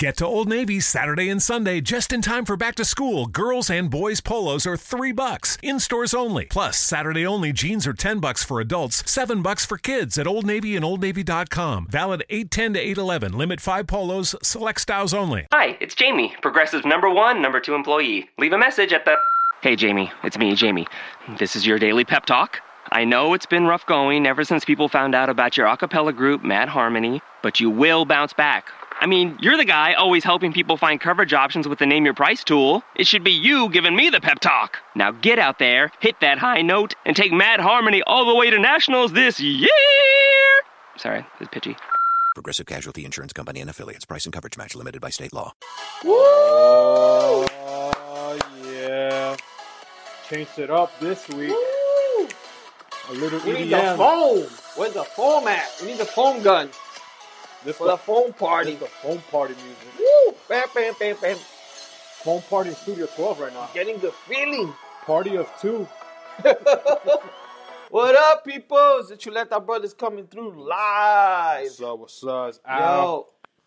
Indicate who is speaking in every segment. Speaker 1: Get to Old Navy Saturday and Sunday just in time for back to school. Girls and boys polos are 3 bucks in stores only. Plus, Saturday only jeans are 10 bucks for adults, 7 bucks for kids at Old Navy and oldnavy.com. Valid 810 to 811. Limit 5 polos, select styles only.
Speaker 2: Hi, it's Jamie, Progressive number one, number two employee. Leave a message at the. Hey, Jamie, it's me, Jamie. This is your daily pep talk. I know it's been rough going ever since people found out about your a cappella group, Mad Harmony, but you will bounce back. I mean, you're the guy always helping people find coverage options with the Name Your Price tool. It should be you giving me the pep talk. Now get out there, hit that high note, and take Mad Harmony all the way to nationals this year! Sorry, it's pitchy.
Speaker 3: Progressive Casualty Insurance Company and affiliates. Price and coverage match limited by state law.
Speaker 4: Woo! Oh, yeah. Changed it up this week. A little E
Speaker 5: We need the
Speaker 4: EDM.
Speaker 5: foam. Where's the foam at? We need the foam gun
Speaker 4: This
Speaker 5: for the
Speaker 4: the,
Speaker 5: foam
Speaker 4: this
Speaker 5: party.
Speaker 4: the phone party music.
Speaker 5: Woo! Bam, bam, bam, bam.
Speaker 4: Phone party in Studio 12 right now.
Speaker 5: Getting the feeling.
Speaker 4: Party of two.
Speaker 5: What up, peoples? It's Chuleta Brothers coming through live.
Speaker 4: What's up? What's up? It's Al.
Speaker 5: Yo,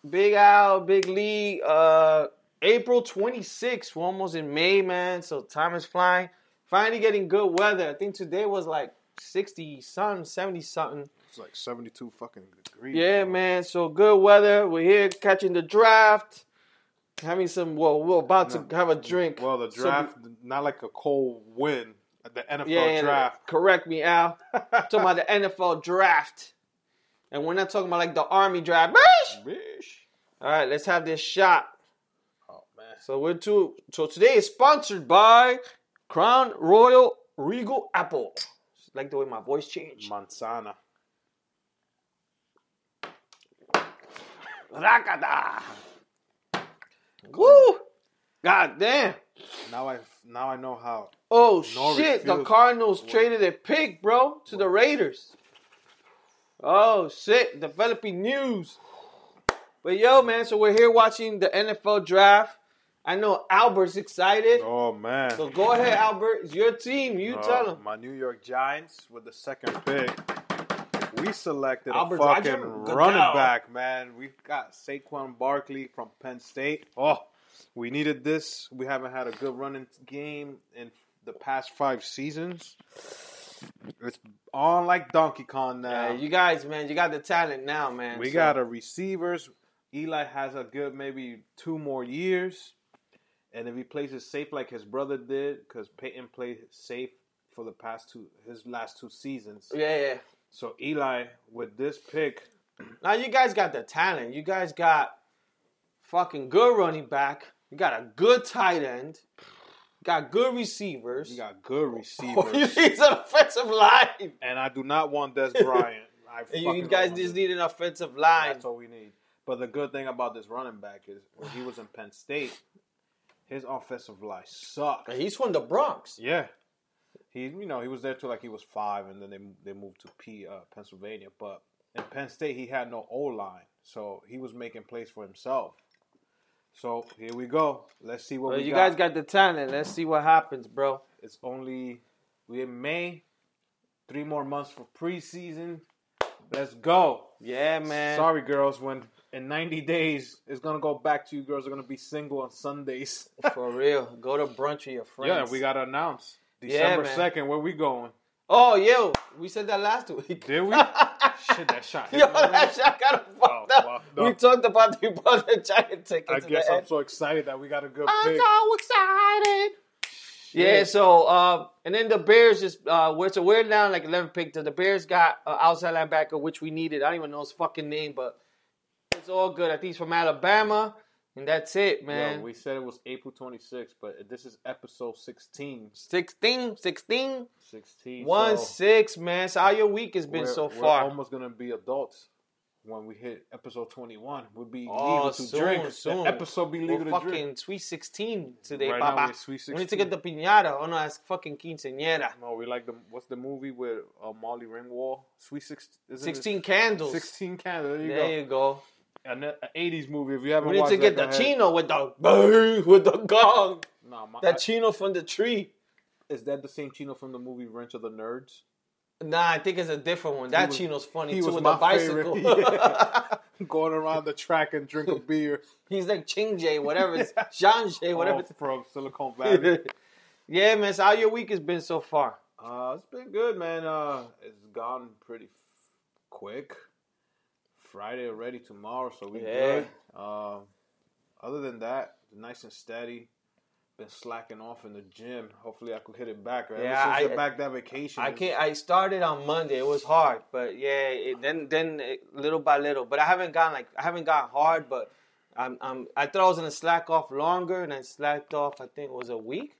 Speaker 5: Big Al, Big Lee. Uh, April 26th. We're almost in May, man. So time is flying. Finally getting good weather. I think today was like 60 something, 70 something.
Speaker 4: It's like 72 fucking degrees.
Speaker 5: Yeah, man. So good weather. We're here catching the draft. Having some. Well, we're about to have a drink.
Speaker 4: Well, the
Speaker 5: So
Speaker 4: draft, not like a cold win. The NFL
Speaker 5: we- yeah, yeah,
Speaker 4: draft.
Speaker 5: Correct me, Al. talking about the NFL draft, and we're not talking about like the Army draft. Bish!
Speaker 4: Bish.
Speaker 5: All right, let's have this shot. Oh man. So we're two. So today is sponsored by Crown Royal Regal Apple. Just like the way my voice changed.
Speaker 4: Manzana.
Speaker 5: Rakata. Woo! God damn.
Speaker 4: Now I now I know how.
Speaker 5: Oh
Speaker 4: No
Speaker 5: shit! The
Speaker 4: refusal.
Speaker 5: Cardinals traded a pick, bro, to the Raiders. Oh shit! Developing news. But yo, man, so we're here watching the NFL draft. I know Albert's excited.
Speaker 4: Oh man.
Speaker 5: So go ahead, Albert. It's your team. You
Speaker 4: Uh,
Speaker 5: tell him.
Speaker 4: My New York Giants with the second pick. We selected
Speaker 5: Albert
Speaker 4: a fucking
Speaker 5: Roger Goodell.
Speaker 4: running back, man. We've got Saquon Barkley from Penn State. Oh, we needed this. We haven't had a good running game in the past five seasons. It's on like Donkey Kong now.
Speaker 5: Yeah, you guys, man, you got the talent now, man.
Speaker 4: we
Speaker 5: So,
Speaker 4: got a receivers. Eli has a good maybe two more years. And if he plays it safe like his brother did, because Peyton played safe for the past two his last two seasons.
Speaker 5: Yeah, yeah.
Speaker 4: So Eli with this pick,
Speaker 5: Now you guys got the talent. You guys got fucking good running back. You got a good tight end. You got good receivers.
Speaker 4: you got good
Speaker 5: Oh, you
Speaker 4: receivers.
Speaker 5: need an offensive line.
Speaker 4: and I do not want Des Bryant. I
Speaker 5: And you
Speaker 4: fucking
Speaker 5: guys
Speaker 4: don't want
Speaker 5: just
Speaker 4: Des-
Speaker 5: need an offensive line.
Speaker 4: That's all we need. But the good thing about this running back is when he was in Penn State, his offensive line sucked.
Speaker 5: And he's from the Bronx.
Speaker 4: Yeah. He, you know, he was there till like he was five, and then they they moved to P, uh, Pennsylvania. But in Penn State, he had no O line, so he was making plays for himself. So here we go. Let's see what
Speaker 5: Well,
Speaker 4: we
Speaker 5: you
Speaker 4: got.
Speaker 5: guys got the talent. Let's see what happens, bro.
Speaker 4: It's only we in May, three more months for preseason. Let's go.
Speaker 5: Yeah, man.
Speaker 4: Sorry, girls. When in 90 days, it's gonna go back to you. Girls are gonna be single on Sundays.
Speaker 5: For real. Go to brunch with your
Speaker 4: yeah,
Speaker 5: friends.
Speaker 4: we gotta announce
Speaker 5: Yeah,
Speaker 4: December
Speaker 5: man.
Speaker 4: second. Where we going?
Speaker 5: Oh, yo. We said that last week.
Speaker 4: Did we? Shit, that shot. hit
Speaker 5: Yo,
Speaker 4: me, man.
Speaker 5: that shot got fucked
Speaker 4: Oh,
Speaker 5: up.
Speaker 4: fuck, no.
Speaker 5: We talked about the brother giant tickets.
Speaker 4: I
Speaker 5: in the
Speaker 4: guess I'm
Speaker 5: end.
Speaker 4: so excited that we got a good
Speaker 5: I'm
Speaker 4: pick.
Speaker 5: so excited. Yeah, so uh, and then the Bears just uh, we're so we're down like eleven pick. The Bears got uh, outside linebacker, which we needed. I don't even know his fucking name, but it's all good. I think he's from Alabama, and that's it, man.
Speaker 4: Yo, we said it was April 26th, but this is episode 16.
Speaker 5: 16, 16,
Speaker 4: 16.
Speaker 5: 1
Speaker 4: so
Speaker 5: 6, man. So how your week has been
Speaker 4: we're-
Speaker 5: so
Speaker 4: we're
Speaker 5: far?
Speaker 4: almost gonna be adults when we hit episode 21. We'll be
Speaker 5: Oh,
Speaker 4: legal to
Speaker 5: soon,
Speaker 4: drink. The
Speaker 5: soon.
Speaker 4: episode be legal
Speaker 5: We're
Speaker 4: to
Speaker 5: fucking
Speaker 4: drink.
Speaker 5: sweet sixteen today,
Speaker 4: Right now
Speaker 5: Papa.
Speaker 4: we're sweet
Speaker 5: We need to
Speaker 4: 16.
Speaker 5: get the piñata. Oh no, that's fucking quinceañera.
Speaker 4: No, we like the what's the movie with uh, Molly Ringwald? Sweet six, isn't it?
Speaker 5: Sixteen candles.
Speaker 4: 16 Canada. There you
Speaker 5: there
Speaker 4: go.
Speaker 5: you go.
Speaker 4: An, an 80s movie. If you haven't
Speaker 5: We need
Speaker 4: watched
Speaker 5: to get the
Speaker 4: that, go ahead.
Speaker 5: chino with the bang, with the gong.
Speaker 4: Nah, my,
Speaker 5: That chino from the tree.
Speaker 4: is that the same chino from the movie Wrench of the Nerds?
Speaker 5: Nah, I think it's a different one. That
Speaker 4: was-
Speaker 5: Chino's funny
Speaker 4: He
Speaker 5: too
Speaker 4: was
Speaker 5: with the
Speaker 4: my
Speaker 5: bicycle.
Speaker 4: favorite. Yeah. Going around the track and drink a beer.
Speaker 5: He's like Ching Jay, whatever, it's Jean Jay, whatever.
Speaker 4: All from Silicon Valley.
Speaker 5: yeah, man. So how your week has been so far?
Speaker 4: Uh, it's been good, man. Uh, it's gone pretty f- quick. Friday already, tomorrow, so we
Speaker 5: Yeah.
Speaker 4: good. Um, other than that, nice and steady. Been slacking off in the gym. Hopefully, I could hit it back. Right?
Speaker 5: Yeah,
Speaker 4: Ever since
Speaker 5: I-
Speaker 4: the back that vacation,
Speaker 5: I can't. I started on Monday. It was hard, but yeah. It, then then it, little by little, but I haven't gone like I haven't gone hard, but I'm, I'm I thought I was gonna slack off longer, and I slacked off. I think it was a week.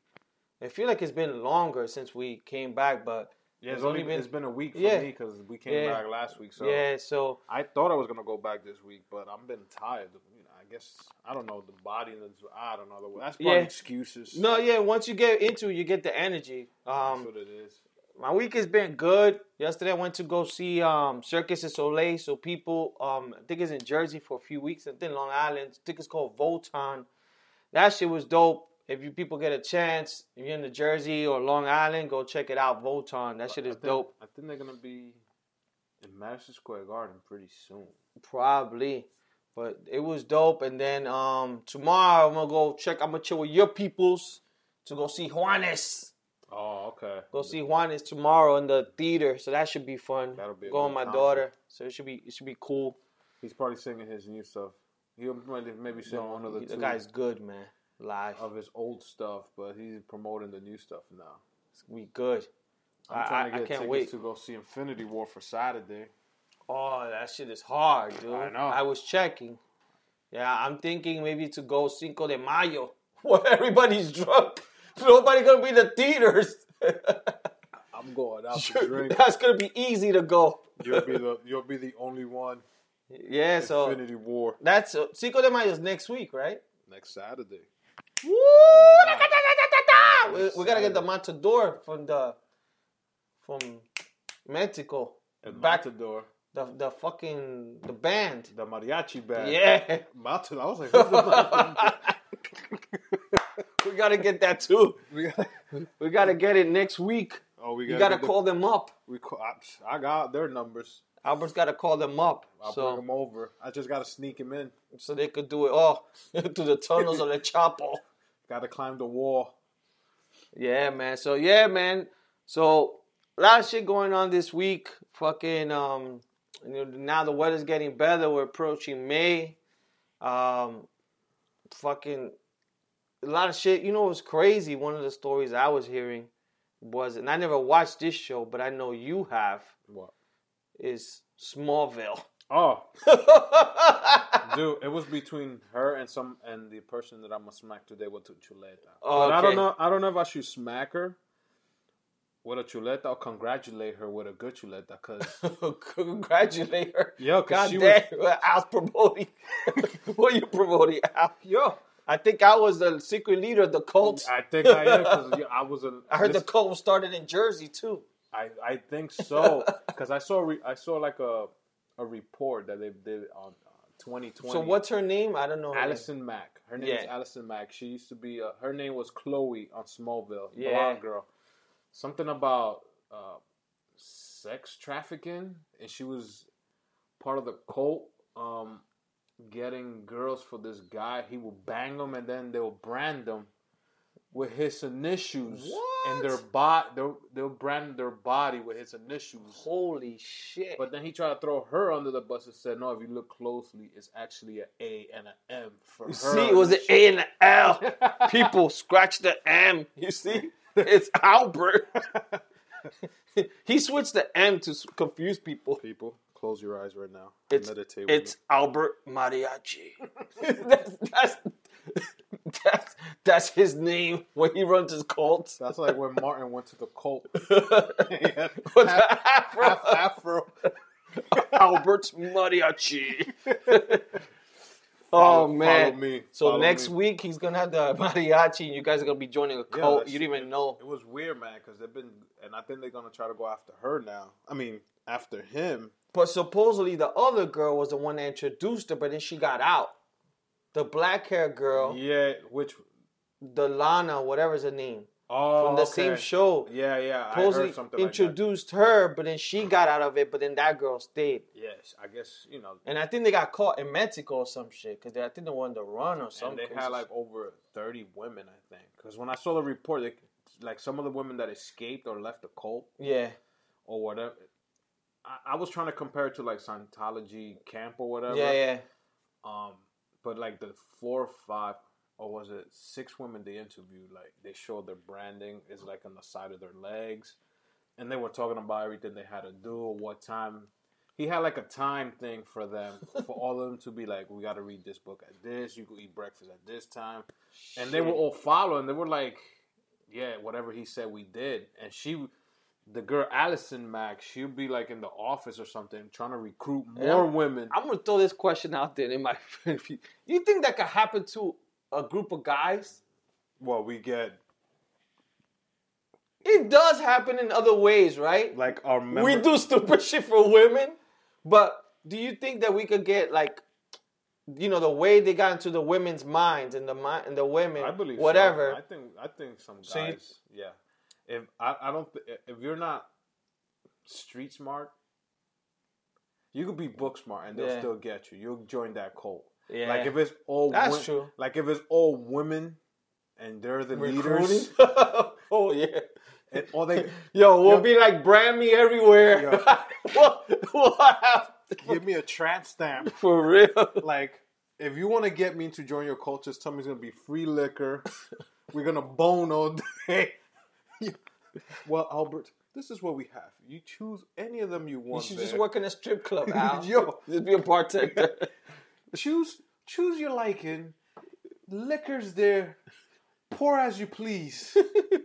Speaker 5: I feel like it's been longer since we came back, but
Speaker 4: Yeah, it's, only been, it's been a week for me 'cause
Speaker 5: Yeah.
Speaker 4: me because we came
Speaker 5: Yeah.
Speaker 4: back last week. So
Speaker 5: yeah. So
Speaker 4: I thought I was gonna go back this week, but I've been tired. You know, I guess I don't know the body. and the- I don't know. That's probably
Speaker 5: Yeah.
Speaker 4: excuses.
Speaker 5: no, yeah. Once you get into, it, you get the energy. Um,
Speaker 4: that's what it is.
Speaker 5: my week has been good. Yesterday I went to go see um, Circus du Soleil. So people, um, I think it's in Jersey for a few weeks. I think Long Island. I think it's called Volton. That shit was dope. If you people get a chance, if you're in New Jersey or Long Island, go check it out. Volton. That shit
Speaker 4: I
Speaker 5: is
Speaker 4: think-
Speaker 5: dope.
Speaker 4: I think they're gonna be in Madison Square Garden pretty soon.
Speaker 5: Probably. But it was dope. And then um, tomorrow I'm gonna go check. I'm gonna chill with your peoples to go see Juanes.
Speaker 4: Oh, okay.
Speaker 5: Go see Juanes tomorrow in the theater. So that should be fun.
Speaker 4: That'll be a
Speaker 5: go
Speaker 4: good
Speaker 5: with my
Speaker 4: concert.
Speaker 5: daughter. So it should be it should be cool.
Speaker 4: He's probably singing his new stuff. He'll maybe maybe sing one of the,
Speaker 5: the
Speaker 4: two
Speaker 5: guy's good, man. Live,
Speaker 4: of his old stuff, but he's promoting the new stuff now.
Speaker 5: we good.
Speaker 4: I'm
Speaker 5: I-
Speaker 4: trying
Speaker 5: I-
Speaker 4: to
Speaker 5: I
Speaker 4: get
Speaker 5: can't
Speaker 4: tickets
Speaker 5: wait.
Speaker 4: to go see Infinity War for Saturday.
Speaker 5: Oh, that shit is hard, dude.
Speaker 4: I know.
Speaker 5: I was checking. Yeah, I'm thinking maybe to go Cinco de Mayo, where everybody's drunk. Nobody gonna be in the theaters.
Speaker 4: I'm going out to drink.
Speaker 5: That's gonna be easy to go.
Speaker 4: You'll be the you'll be the only one.
Speaker 5: Yeah, so
Speaker 4: Infinity War
Speaker 5: that's uh, Cinco de Mayo is next week, right?
Speaker 4: next Saturday.
Speaker 5: Woo! We, we gotta get the matador from the from Mexico.
Speaker 4: And
Speaker 5: Back-
Speaker 4: Matador,
Speaker 5: The the fucking the band.
Speaker 4: the mariachi band.
Speaker 5: Yeah.
Speaker 4: Matador. I was like, who's the
Speaker 5: we gotta get that too.
Speaker 4: Matador?
Speaker 5: We gotta get it next week.
Speaker 4: oh, we
Speaker 5: You
Speaker 4: gotta,
Speaker 5: gotta
Speaker 4: get the-
Speaker 5: call them up.
Speaker 4: we call, I, I got their numbers.
Speaker 5: Albert's gotta call them up
Speaker 4: I'll bring 'em
Speaker 5: so
Speaker 4: him over. I just gotta sneak him in.
Speaker 5: so they could do it all through the tunnels of the chapel.
Speaker 4: Gotta climb the wall.
Speaker 5: Yeah, man. So yeah, man. So a lot of shit going on this week. Fucking um you know, now the weather's getting better. We're approaching May. Um fucking a lot of shit. You know what's crazy? One of the stories I was hearing was and I never watched this show, but I know you have,
Speaker 4: What?
Speaker 5: is Smallville.
Speaker 4: Oh, dude, it was between her and some and the person that I'm gonna smack today with a chuleta.
Speaker 5: Oh,
Speaker 4: But I
Speaker 5: okay.
Speaker 4: don't know. I don't know if I should smack her with a chuleta or congratulate her with a good chuleta. Cause
Speaker 5: Congratulate her.
Speaker 4: Yo, 'cause
Speaker 5: God
Speaker 4: she
Speaker 5: damn, I was promoting. what you promoting? Al?
Speaker 4: yo,
Speaker 5: I think I was the secret leader of the cult.
Speaker 4: I think I am. Cause yeah, I was a.
Speaker 5: I heard
Speaker 4: this-
Speaker 5: the cult was started in Jersey too.
Speaker 4: I, I think so. Cause I saw re, I saw like a a report that they did on uh, 2020.
Speaker 5: So what's her name? I don't know. her name.
Speaker 4: Allison Mack. Her name is
Speaker 5: Yeah.
Speaker 4: Allison Mack. She used to be. Uh, her name was Chloe on Smallville.
Speaker 5: Yeah.
Speaker 4: Blonde girl. Something about uh, sex trafficking, and she was part of the cult. Um, getting girls for this guy. He will bang them, and then they'll brand them with his initials and their body. They'll, they'll brand their body with his initials.
Speaker 5: Holy shit!
Speaker 4: But then he tried to throw her under the bus and said, "No, if you look closely, it's actually an A and an M for her."
Speaker 5: see, it was an A and an L. People scratch the M. You see, it's Albert. he switched the M to s- confuse people.
Speaker 4: People, close your eyes right now.
Speaker 5: It's
Speaker 4: Meditate with
Speaker 5: it's
Speaker 4: me.
Speaker 5: Albert Mariachi. that's, that's that's that's his name when he runs his cult.
Speaker 4: That's like when Martin went to the cult.
Speaker 5: With the afro.
Speaker 4: Half Afro.
Speaker 5: Albert Mariachi. oh man!
Speaker 4: follow me,
Speaker 5: So
Speaker 4: follow
Speaker 5: next
Speaker 4: me.
Speaker 5: week he's gonna have the mariachi, and you guys are gonna be joining a cult.
Speaker 4: that's-
Speaker 5: you don't even know.
Speaker 4: It was weird, man, because they've been, and I think they're gonna try to go after her now. I mean, after him.
Speaker 5: But supposedly the other girl was the one that introduced her, but then she got out. The black hair girl,
Speaker 4: Yeah, which
Speaker 5: the Lana, whatever's her name.
Speaker 4: Oh,
Speaker 5: from the
Speaker 4: okay.
Speaker 5: same show.
Speaker 4: Yeah, yeah. I
Speaker 5: Supposedly
Speaker 4: heard something like
Speaker 5: introduced her, but then she got out of it, but then that girl stayed.
Speaker 4: that. Yes, I guess you know.
Speaker 5: And I think they got caught in Mexico or some shit because I think they wanted to run or
Speaker 4: And
Speaker 5: something.
Speaker 4: they had like over thirty women, I think. Because when I saw the report, they, like some of the women that escaped or left the cult
Speaker 5: yeah,
Speaker 4: or whatever. I, I was trying to compare it to like Scientology camp or whatever.
Speaker 5: yeah, yeah.
Speaker 4: Um, but like the four or five, or was it six women they interviewed? Like they showed their branding is like on the side of their legs, and they were talking about everything they had to do, what time. He had like a time thing for them, for all of them to be like, we got to read this book at this. You go eat breakfast at this time, and they were all following. They were like, yeah, whatever he said, we did. And she, the girl Allison Mack, she'd be like in the office or something, trying to recruit more
Speaker 5: I'm-
Speaker 4: women.
Speaker 5: I'm gonna throw this question out there. In my, you think that could happen to a group of guys?
Speaker 4: well, we get
Speaker 5: It does happen in other ways, right?
Speaker 4: like our member-
Speaker 5: we do stupid shit for women, but do you think that we could get like, you know, the way they got into the women's minds and the mind and the women,
Speaker 4: I believe so.
Speaker 5: whatever?
Speaker 4: I think I think some guys.
Speaker 5: So you-
Speaker 4: yeah. If I, I don't th- if you're not street smart, you could be book smart and they'll
Speaker 5: Yeah.
Speaker 4: still get you. You'll join that cult.
Speaker 5: Yeah.
Speaker 4: Like if it's all
Speaker 5: That's
Speaker 4: wo-
Speaker 5: true.
Speaker 4: Like if it's all women and they're the leaders.
Speaker 5: Recruiting? oh yeah.
Speaker 4: And all they
Speaker 5: Yo, we'll
Speaker 4: Yo.
Speaker 5: be like brand me everywhere.
Speaker 4: Yo.
Speaker 5: we'll, we'll have
Speaker 4: give me a trans stamp.
Speaker 5: for real.
Speaker 4: like if you want to get me to join your cult, just tell me it's gonna be free liquor. We're gonna bone all day. well, Albert, this is what we have. You choose any of them you
Speaker 5: You
Speaker 4: want.
Speaker 5: should just
Speaker 4: there.
Speaker 5: work in a strip club, Al.
Speaker 4: Yo.
Speaker 5: Just be a bartender.
Speaker 4: Choose, choose your liking. Liquor's there. Pour as you please.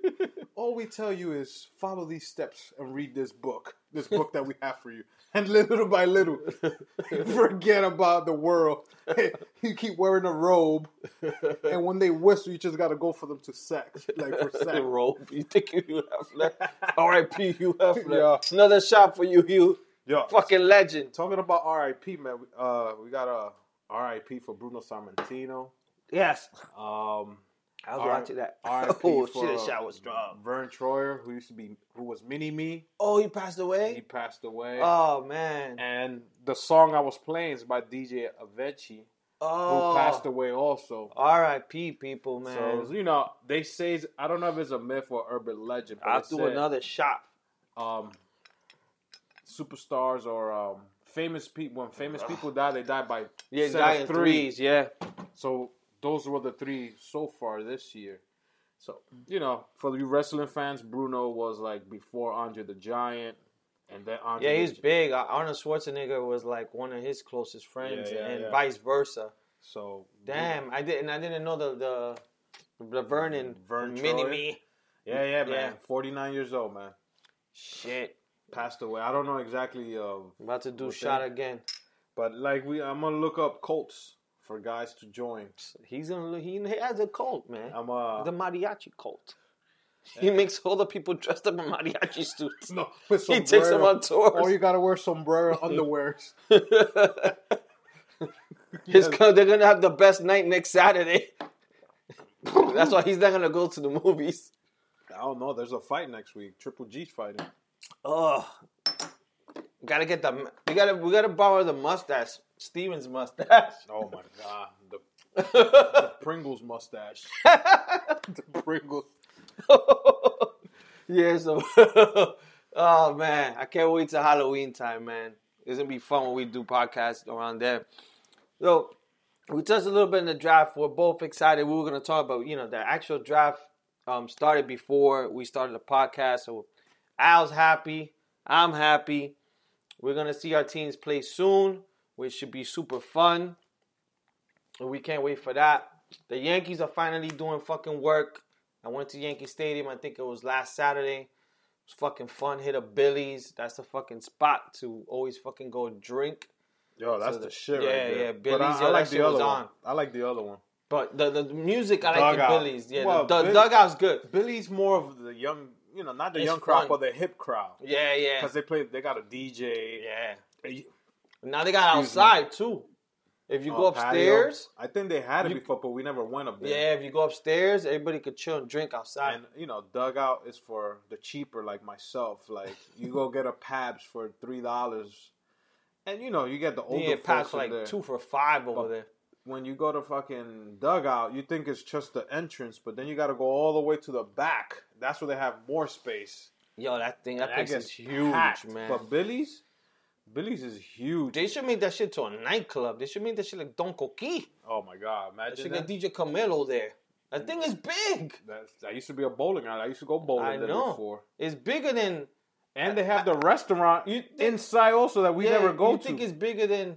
Speaker 4: all we tell you is follow these steps and read this book. This book that we have for you. And little by little, forget about the world. you keep wearing a robe. And when they whistle, you just gotta go for them to sex, like for sex.
Speaker 5: The rope. You think you have left? R.I.P. You have left.
Speaker 4: Yeah.
Speaker 5: Another shot for you, Hugh.
Speaker 4: Yeah.
Speaker 5: Fucking legend.
Speaker 4: Talking about R.I.P. Man, we- uh, we got a R.I.P. for Bruno Sammartino.
Speaker 5: Yes.
Speaker 4: Um,
Speaker 5: I was
Speaker 4: R-
Speaker 5: watching that.
Speaker 4: R.I.P. for,
Speaker 5: oh shit! That
Speaker 4: uh,
Speaker 5: shot was strong.
Speaker 4: Vern Troyer, who used to be, who was Mini Me,
Speaker 5: Oh, he passed
Speaker 4: he
Speaker 5: away.
Speaker 4: passed away.
Speaker 5: Oh man.
Speaker 4: and the song I was playing is by DJ Avicii, who
Speaker 5: Oh.
Speaker 4: passed away also.
Speaker 5: R.I.P. People, man.
Speaker 4: So you know, they say it's- I don't know if it's a myth or urban legend. But
Speaker 5: I'll
Speaker 4: it
Speaker 5: do
Speaker 4: said,
Speaker 5: another shot.
Speaker 4: Um, superstars or um, famous people. When famous people die, they die by
Speaker 5: Yeah,
Speaker 4: set of
Speaker 5: Giant threes. Yeah.
Speaker 4: So those were the three so far this year. So you know, for you wrestling fans, Bruno was like before Andre the Giant, and then Andre.
Speaker 5: Yeah,
Speaker 4: the
Speaker 5: he's
Speaker 4: Gi-
Speaker 5: big. Uh, Arnold Schwarzenegger was like one of his closest friends,
Speaker 4: Yeah, yeah,
Speaker 5: and
Speaker 4: yeah.
Speaker 5: vice versa.
Speaker 4: So
Speaker 5: Damn, I didn't. I didn't know the the, the Vernon
Speaker 4: Vern
Speaker 5: mini
Speaker 4: Troyer?
Speaker 5: me.
Speaker 4: Yeah, yeah, man.
Speaker 5: Yeah.
Speaker 4: Forty nine years old, man.
Speaker 5: Shit,
Speaker 4: Passed away. I don't know exactly, uh,
Speaker 5: I'm about to do
Speaker 4: What's
Speaker 5: shot
Speaker 4: that?
Speaker 5: again.
Speaker 4: but like we, I'm gonna look up cults for guys to join.
Speaker 5: He's gonna. He, he has a cult, man.
Speaker 4: I'm uh,
Speaker 5: the mariachi cult. He makes all the people dressed up in mariachi suits.
Speaker 4: no, with
Speaker 5: He takes them
Speaker 4: sombrero.
Speaker 5: on tours.
Speaker 4: Or Oh, you gotta wear sombrero underwears.
Speaker 5: His co- they're gonna have the best night next Saturday. That's why he's not gonna go to the movies.
Speaker 4: I don't know. There's a fight next week. Triple G's fighting.
Speaker 5: Oh, gotta get the. We gotta. We gotta borrow the mustache. Steven's mustache.
Speaker 4: Oh my god, the, the Pringles mustache. the Pringles.
Speaker 5: yeah. So. oh man, I can't wait till Halloween time, man. It's gonna be fun when we do podcasts around there. So we touched a little bit in the draft. We're both excited. We were gonna talk about you know the actual draft um, started before we started the podcast. So Al's happy. I'm happy. We're gonna see our teams play soon, which should be super fun. And we can't wait for that. The Yankees are finally doing fucking work. I went to Yankee Stadium. I think it was last Saturday. It was fucking fun. Hit a Billy's. That's a fucking spot to always fucking go drink.
Speaker 4: Yo, that's
Speaker 5: So
Speaker 4: the,
Speaker 5: the-
Speaker 4: shit
Speaker 5: yeah,
Speaker 4: right there.
Speaker 5: yeah,
Speaker 4: But
Speaker 5: Billy's,
Speaker 4: I,
Speaker 5: yo,
Speaker 4: I
Speaker 5: that
Speaker 4: like
Speaker 5: shit
Speaker 4: the
Speaker 5: was
Speaker 4: other one.
Speaker 5: on.
Speaker 4: I like the other one.
Speaker 5: But the, the music, I like the
Speaker 4: Dugout.
Speaker 5: Billy's. Yeah,
Speaker 4: Well,
Speaker 5: the,
Speaker 4: Bill-
Speaker 5: the dugout's good.
Speaker 4: Billy's more of the young, you know, not the
Speaker 5: It's
Speaker 4: young crowd,
Speaker 5: fun.
Speaker 4: but the hip crowd.
Speaker 5: Yeah, yeah.
Speaker 4: Because they play, they got a DJ.
Speaker 5: yeah.
Speaker 4: Yeah.
Speaker 5: Now they got outside too. If you
Speaker 4: uh,
Speaker 5: go upstairs,
Speaker 4: patio. I think they had it before, but we never went up there.
Speaker 5: yeah, if you go upstairs, everybody could chill and drink outside.
Speaker 4: and you know dugout is for the cheaper like myself like you go get a pabs for three dollars and you know you get the
Speaker 5: You
Speaker 4: older
Speaker 5: can get
Speaker 4: folks
Speaker 5: packs for
Speaker 4: in
Speaker 5: like
Speaker 4: there.
Speaker 5: two for five over there.
Speaker 4: when you go to fucking dugout you think it's just the entrance but then you got to go all the way to the back that's where they have more space
Speaker 5: Yo, that thing, that
Speaker 4: that
Speaker 5: place
Speaker 4: gets
Speaker 5: is huge,
Speaker 4: packed.
Speaker 5: man.
Speaker 4: but billy's billy's is huge
Speaker 5: they should make that shit to a nightclub. They should make that shit like Don Coqui.
Speaker 4: oh my god
Speaker 5: They
Speaker 4: imagine
Speaker 5: should
Speaker 4: that.
Speaker 5: get DJ Camelo there. That thing is big.
Speaker 4: That's- that used to be a bowling alley i used to go bowling
Speaker 5: I
Speaker 4: there
Speaker 5: know.
Speaker 4: before
Speaker 5: It's bigger than
Speaker 4: and they have the restaurant inside also that we
Speaker 5: yeah,
Speaker 4: never go
Speaker 5: You
Speaker 4: to
Speaker 5: think it's bigger than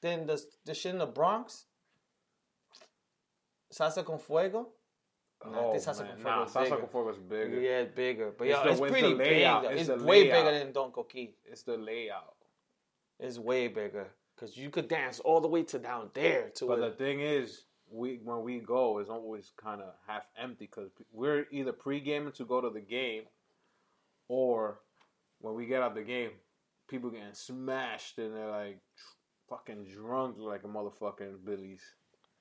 Speaker 5: than the the shit in the Bronx? Salsa con fuego. I think Salsa
Speaker 4: Oh, man.
Speaker 5: Conforto
Speaker 4: Nah,
Speaker 5: is
Speaker 4: Salsa
Speaker 5: bigger.
Speaker 4: Conforto is bigger.
Speaker 5: Yeah, it's bigger, but
Speaker 4: It's
Speaker 5: yeah,
Speaker 4: the- it's
Speaker 5: it's
Speaker 4: the
Speaker 5: pretty big.
Speaker 4: layout.
Speaker 5: though.
Speaker 4: It's
Speaker 5: It's,
Speaker 4: the
Speaker 5: way
Speaker 4: layout.
Speaker 5: bigger than Don Coqui.
Speaker 4: It's the layout.
Speaker 5: It's way bigger because you could dance all the way to down there to
Speaker 4: But
Speaker 5: it.
Speaker 4: the thing is, we when we go, it's always kind of half empty because we're either pre-gaming to go to the game, or when we get out the game, people getting smashed and they're like fucking drunk like a motherfucking Billy's.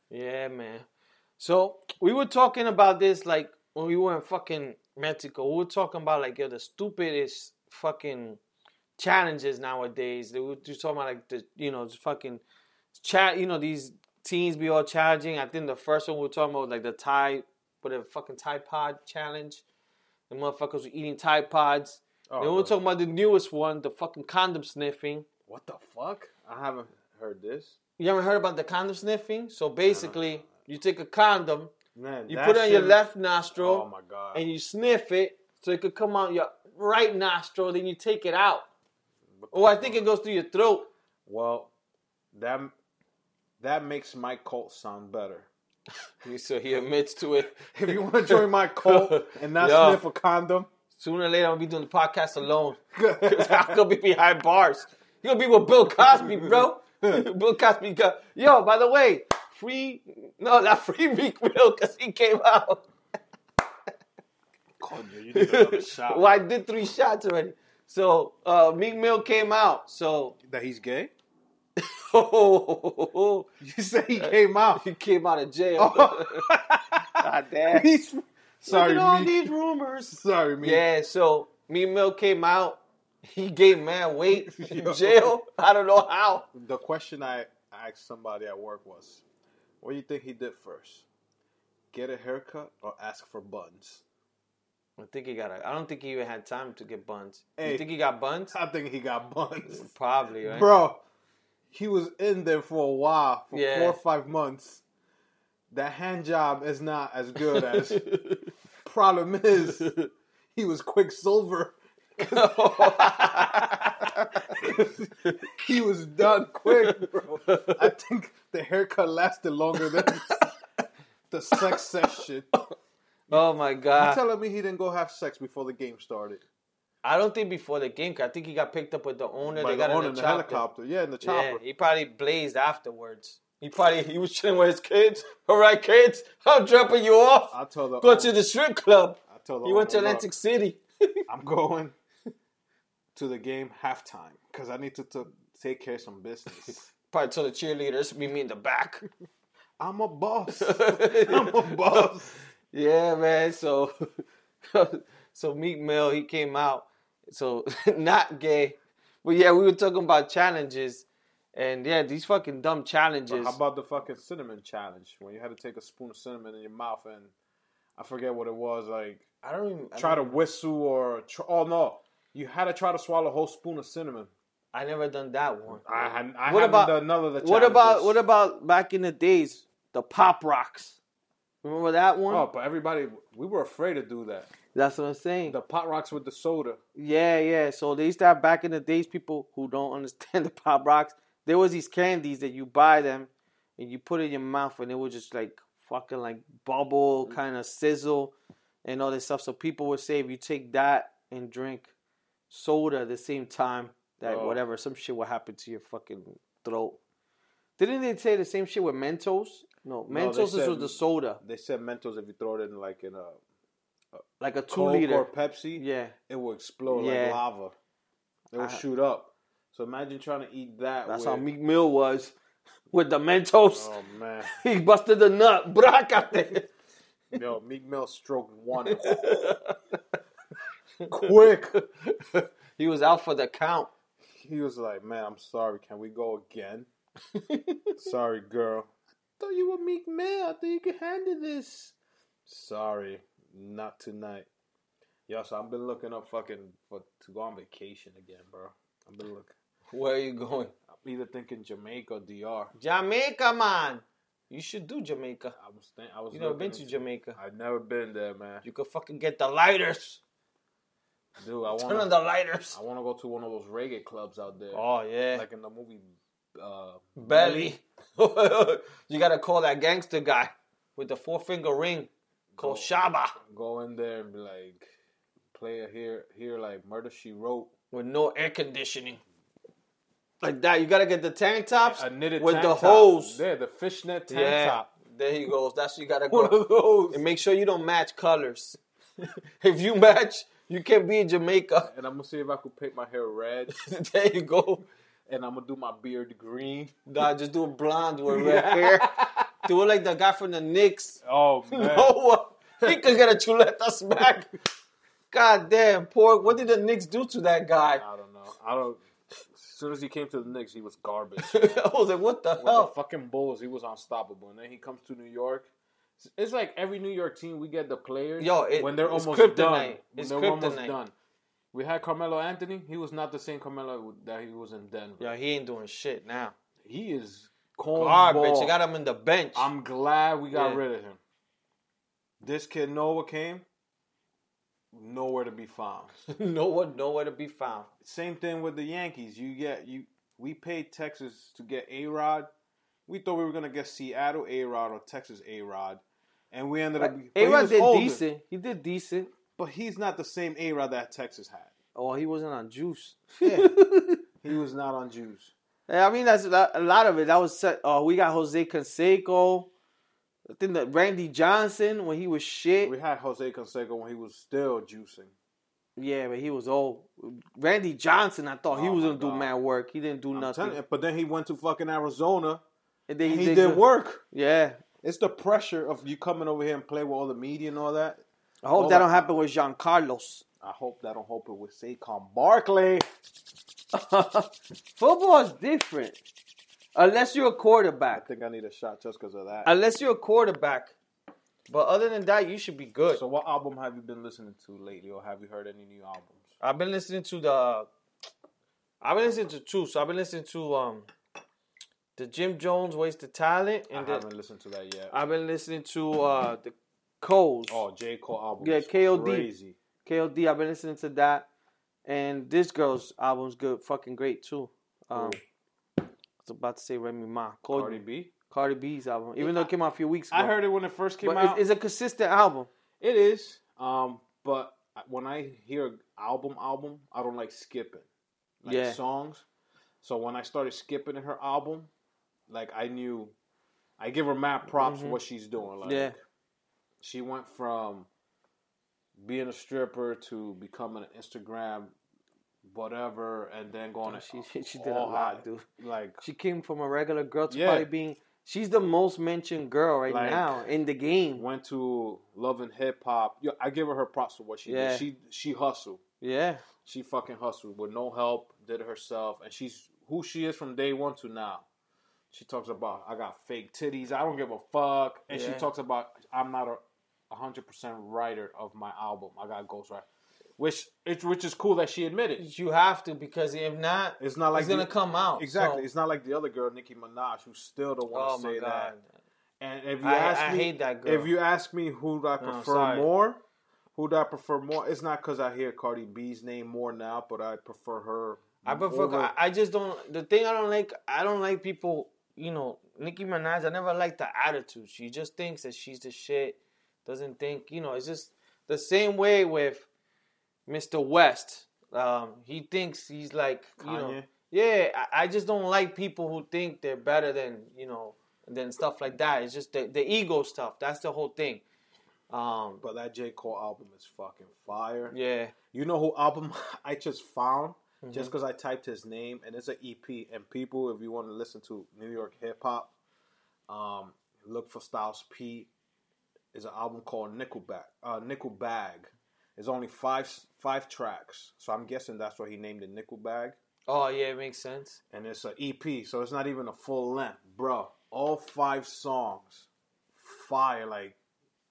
Speaker 5: Yeah, man. So we were talking about this like when we were in fucking Mexico. We were talking about like yo, the stupidest fucking challenges nowadays. They were just talking about like the you know the fucking chat. You know these teens be all challenging. I think the first one we were talking about was, like the Thai, whatever fucking Thai pod challenge. The motherfuckers were eating Thai pods.
Speaker 4: Oh,
Speaker 5: then we were talking about the newest one, the fucking condom sniffing.
Speaker 4: what the fuck? I haven't heard this.
Speaker 5: You ever heard about the condom sniffing? So basically, you take a condom.
Speaker 4: Man,
Speaker 5: You
Speaker 4: that
Speaker 5: put it on your
Speaker 4: shit-
Speaker 5: left nostril.
Speaker 4: Oh my god!
Speaker 5: And you sniff it so it could come out your right nostril. Then you take it out. Oh, I think it goes through your throat.
Speaker 4: well, that that makes my cult sound better.
Speaker 5: So he admits to it.
Speaker 4: If you want to join my cult and not
Speaker 5: Yo.
Speaker 4: sniff a condom,
Speaker 5: Sooner or later, I'm gonna be doing the podcast alone. 'Cause I'm gonna be behind bars. You're gonna be with Bill Cosby, bro. Bill Cosby, got, yo. By the way, free no, not free Meek Mill because he came out.
Speaker 4: you need another shot.
Speaker 5: Well, I did three shots already. So uh, Meek Mill came out. So
Speaker 4: That he's gay?
Speaker 5: oh,
Speaker 4: You say he came out.
Speaker 5: he came out of jail. God damn.
Speaker 4: He's-
Speaker 5: Sorry,
Speaker 4: sorry,
Speaker 5: all
Speaker 4: me.
Speaker 5: these rumors.
Speaker 4: sorry, me.
Speaker 5: Yeah, so me and Mill came out. He gave man weight in jail. I don't know how.
Speaker 4: The question I asked somebody at work was, "What do you think he did first? Get a haircut or ask for buns?"
Speaker 5: I think he got. A, I don't think he even had time to get buns. You
Speaker 4: Hey.
Speaker 5: think he got buns?
Speaker 4: I think he got buns,
Speaker 5: Probably, right?
Speaker 4: bro. He was in there for a while, for
Speaker 5: Yeah.
Speaker 4: four or five months. That hand job is not as good as. Problem is, he was Quicksilver. he was done quick, bro. I think the haircut lasted longer than the sex session.
Speaker 5: oh my
Speaker 4: You're
Speaker 5: god!
Speaker 4: telling me he didn't go have sex before the game started?
Speaker 5: I don't think before the game. 'cause I think he got picked up with the owner.
Speaker 4: By
Speaker 5: they
Speaker 4: the
Speaker 5: got
Speaker 4: owner
Speaker 5: in
Speaker 4: in the
Speaker 5: the chopper.
Speaker 4: helicopter. Yeah, in the
Speaker 5: Yeah,
Speaker 4: chopper.
Speaker 5: he probably blazed afterwards. He probably he was chilling with his kids. All right, kids, I'm dropping you off.
Speaker 4: I told the
Speaker 5: Go
Speaker 4: owner-
Speaker 5: to the strip club.
Speaker 4: I told the
Speaker 5: He went to
Speaker 4: owner, "Look,
Speaker 5: Atlantic City.
Speaker 4: I'm going to the game halftime because I need to, to take care of some business.
Speaker 5: Probably told the cheerleaders, meet me in the back.
Speaker 4: I'm a boss. I'm a boss.
Speaker 5: Yeah, man. So, so Meek Mill he came out. So not gay, but yeah, we were talking about challenges, and yeah, these fucking dumb challenges.
Speaker 4: How about the fucking cinnamon challenge when you had to take a spoon of cinnamon in your mouth and I forget what it was like
Speaker 5: I don't even I
Speaker 4: try
Speaker 5: don't-
Speaker 4: to whistle or tr- oh no you had to try to swallow a whole spoon of cinnamon.
Speaker 5: I never done that one.
Speaker 4: I, I
Speaker 5: What
Speaker 4: haven't
Speaker 5: about-
Speaker 4: done none of the
Speaker 5: What about
Speaker 4: challenges.
Speaker 5: what about back in the days the pop rocks? Remember that one?
Speaker 4: Oh, but everybody, we were afraid to do that.
Speaker 5: That's what I'm saying.
Speaker 4: The pot rocks with the soda.
Speaker 5: Yeah, yeah. So they used to have back in the days people who don't understand the pop rocks. There was these candies that you buy them and you put it in your mouth and it would just like fucking like
Speaker 4: Mm-hmm.
Speaker 5: bubble, kind of sizzle, and all this stuff. So people would say if you take that and drink soda at the same time, that
Speaker 4: Oh.
Speaker 5: whatever some shit will happen to your fucking throat. Didn't they say the same shit with Mentos? No,
Speaker 4: they
Speaker 5: Mentos is
Speaker 4: said-
Speaker 5: with the soda,
Speaker 4: They said Mentos if you throw it in like in a
Speaker 5: like a two
Speaker 4: Coke
Speaker 5: liter.
Speaker 4: or Pepsi,
Speaker 5: yeah,
Speaker 4: it will explode
Speaker 5: Yeah.
Speaker 4: like lava. It will
Speaker 5: I-
Speaker 4: shoot up. So imagine trying to eat that.
Speaker 5: that's
Speaker 4: with,
Speaker 5: how Meek Mill was. with the Mentos.
Speaker 4: Oh man,
Speaker 5: He busted the nut. Bracate.
Speaker 4: yo, Meek Mill stroked one quick.
Speaker 5: He was out for the count.
Speaker 4: He was like, "Man, I'm sorry. Can we go again?" sorry, girl. I thought you were Meek Mill. I thought you could handle this. Sorry, not tonight. Yo, so I've been looking up fucking for to go on vacation again, bro. I've been looking.
Speaker 5: Where are you going?
Speaker 4: I'm either thinking Jamaica or DR.
Speaker 5: Jamaica, man. You should do Jamaica.
Speaker 4: I was think I was.
Speaker 5: You never been to
Speaker 4: looking
Speaker 5: Jamaica.
Speaker 4: into- I've never been there, man.
Speaker 5: You could fucking get the lighters.
Speaker 4: Dude, I
Speaker 5: Turn on
Speaker 4: want.
Speaker 5: the lighters.
Speaker 4: I want to go to one of those reggae clubs out there,
Speaker 5: Oh yeah.
Speaker 4: like in the movie. Uh,
Speaker 5: Belly. you gotta call that gangster guy with the four finger ring called Shaba
Speaker 4: go in there and be like, play a here, here like Murder She Wrote.
Speaker 5: with no air conditioning. Like that. You gotta get the tank tops
Speaker 4: A knitted
Speaker 5: with
Speaker 4: tank
Speaker 5: the
Speaker 4: top.
Speaker 5: hose.
Speaker 4: Yeah, the fishnet tank
Speaker 5: yeah.
Speaker 4: top.
Speaker 5: There he goes. That's what you gotta
Speaker 4: One
Speaker 5: go.
Speaker 4: of those.
Speaker 5: And make sure you don't match colors. if you match, you can be in Jamaica.
Speaker 4: And I'm gonna see if I could paint my hair red,
Speaker 5: there you go.
Speaker 4: and I'm gonna do my beard green.
Speaker 5: Nah, just do a blonde with red hair. Do it like the guy from the Knicks.
Speaker 4: Oh man,
Speaker 5: Noah. He could get a chuleta smack. God damn, pork. What did the Knicks do to that guy?
Speaker 4: I don't know. I don't. As soon as he came to the Knicks, he was garbage.
Speaker 5: I was like, what the
Speaker 4: With
Speaker 5: hell?
Speaker 4: the fucking Bulls, he was unstoppable. And then he comes to New York. It's- It's like every New York team, we get the players
Speaker 5: Yo, it-
Speaker 4: when they're
Speaker 5: it's
Speaker 4: almost
Speaker 5: kryptonite.
Speaker 4: done. When
Speaker 5: It's
Speaker 4: they're almost
Speaker 5: kryptonite.
Speaker 4: done. We had Carmelo Anthony. He was not the same Carmelo that he was in Denver.
Speaker 5: Yo, he ain't doing shit now.
Speaker 4: He is corn
Speaker 5: Garbage.
Speaker 4: ball.
Speaker 5: You got him in the bench.
Speaker 4: I'm glad we got
Speaker 5: Yeah.
Speaker 4: rid of him. This kid Noah came, nowhere to be found.
Speaker 5: no one, nowhere to be found.
Speaker 4: Same thing with the Yankees. You get you. We paid Texas to get A Rod. We thought we were gonna get Seattle A Rod or Texas A Rod, and we ended up. but he was older.
Speaker 5: He did decent.
Speaker 4: but he's not the same A Rod that Texas had.
Speaker 5: Oh, he wasn't on juice.
Speaker 4: He was not on juice.
Speaker 5: Yeah, I mean, that's that- a lot of it. That was set. Uh, we got Jose Canseco. I think that Randy Johnson when he was shit.
Speaker 4: We had Jose Canseco when he was still juicing.
Speaker 5: Yeah, but he was old. Randy Johnson, I thought he
Speaker 4: Oh
Speaker 5: was
Speaker 4: my
Speaker 5: gonna do
Speaker 4: God.
Speaker 5: mad work. He didn't do
Speaker 4: I'm
Speaker 5: nothing.
Speaker 4: telling you, but then he went to fucking Arizona.
Speaker 5: And then
Speaker 4: He, did
Speaker 5: did good.
Speaker 4: work.
Speaker 5: Yeah.
Speaker 4: It's the pressure of you coming over here and play with all the media and all that.
Speaker 5: I hope
Speaker 4: Well, that-
Speaker 5: that don't happen with Jean Carlos.
Speaker 4: I hope that don't hope it with Saquon Barkley.
Speaker 5: Football is different. Unless you're a
Speaker 4: I
Speaker 5: quarterback.
Speaker 4: think I need a shot just because of that.
Speaker 5: Unless you're a quarterback. But other than that, you should be good.
Speaker 4: so, what album have you been listening to lately, or have you heard any new albums?
Speaker 5: I've been listening to the I've been listening to two. So I've been listening to um the Jim Jones Wasted Talent
Speaker 4: I
Speaker 5: and the-
Speaker 4: haven't listened to that yet.
Speaker 5: I've been listening to uh the Coles.
Speaker 4: oh, J Cole album.
Speaker 5: Yeah,
Speaker 4: is
Speaker 5: KOD.
Speaker 4: Crazy.
Speaker 5: KOD, I've been listening to that. And this girl's album's good, fucking great too. Um,
Speaker 4: Who?
Speaker 5: I was about to say Remy Ma. Cardi,
Speaker 4: Cardi
Speaker 5: Cardi,
Speaker 4: B.
Speaker 5: B's album, even though it came out a few weeks ago.
Speaker 4: I heard it when it first came
Speaker 5: but
Speaker 4: out.
Speaker 5: it's, it's a consistent album.
Speaker 4: It is. Um, but when I hear album album, I don't like skipping, like
Speaker 5: Yeah.
Speaker 4: songs. So when I started skipping in her album, like I knew, I give her mad props for what she's doing. Like,
Speaker 5: Mm-hmm. Yeah.
Speaker 4: she went from being a stripper to becoming an Instagram whatever, and then going to
Speaker 5: She she, she did a
Speaker 4: all
Speaker 5: lot,
Speaker 4: hot.
Speaker 5: dude.
Speaker 4: like
Speaker 5: She came from a regular girl to
Speaker 4: Yeah.
Speaker 5: probably being. She's the most mentioned girl right
Speaker 4: Like-
Speaker 5: now in the game.
Speaker 4: went to Love and Hip Hop. Yo, I give her her props for what she
Speaker 5: Yeah.
Speaker 4: did. She she hustled.
Speaker 5: Yeah,
Speaker 4: She fucking hustled with no help, did it herself, and she's who she is from day one to now. She talks about I got fake titties, I don't give a fuck, and
Speaker 5: Yeah.
Speaker 4: she talks about I'm not a hundred percent writer of my album. I got ghostwriter, which it, which is cool that she admitted.
Speaker 5: you have to because if not,
Speaker 4: It's not like
Speaker 5: it's gonna
Speaker 4: the-
Speaker 5: come out
Speaker 4: exactly.
Speaker 5: so-
Speaker 4: it's not like the other girl, Nicki Minaj, who still don't want to
Speaker 5: oh my
Speaker 4: say
Speaker 5: god,
Speaker 4: that. And if you
Speaker 5: I-
Speaker 4: ask
Speaker 5: I
Speaker 4: me,
Speaker 5: hate that girl.
Speaker 4: If you ask me who do I prefer
Speaker 5: sorry.
Speaker 4: more, who do I prefer more? It's not because I hear Cardi B's name more now, but I prefer her.
Speaker 5: I prefer.
Speaker 4: over-
Speaker 5: I, I just don't. The thing I don't like, I don't like people. You know, Nicki Minaj. I never liked the attitude. She just thinks that she's the shit. Doesn't think. You know, it's just the same way with Mr. West. Um, he thinks he's like you know.
Speaker 4: Kanye?
Speaker 5: Yeah, I, I just don't like people who think they're better than you know than stuff like that. It's just the, the ego stuff. That's the whole thing. Um,
Speaker 4: But that J Cole album is fucking fire.
Speaker 5: yeah.
Speaker 4: You know who album I just found? just because I typed his name and it's an EP. And people, if you want to listen to New York hip hop, um, look for Styles P. Is an album called Nickelback. Uh, Nickel Bag. It's only five five tracks, so I'm guessing that's why he named it Nickel Bag.
Speaker 5: Oh yeah, it makes sense.
Speaker 4: And it's an EP, so it's not even a full length, bro. All five songs, fire like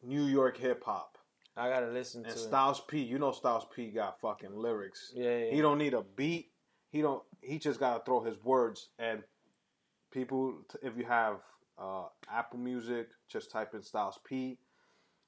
Speaker 4: New York hip hop.
Speaker 5: I gotta listen
Speaker 4: And
Speaker 5: to
Speaker 4: Styles P, you know Styles P got fucking lyrics.
Speaker 5: Yeah, yeah.
Speaker 4: He don't need a beat. He don't. He just gotta throw his words. And people, t- if you have uh, Apple Music, just type in Styles P.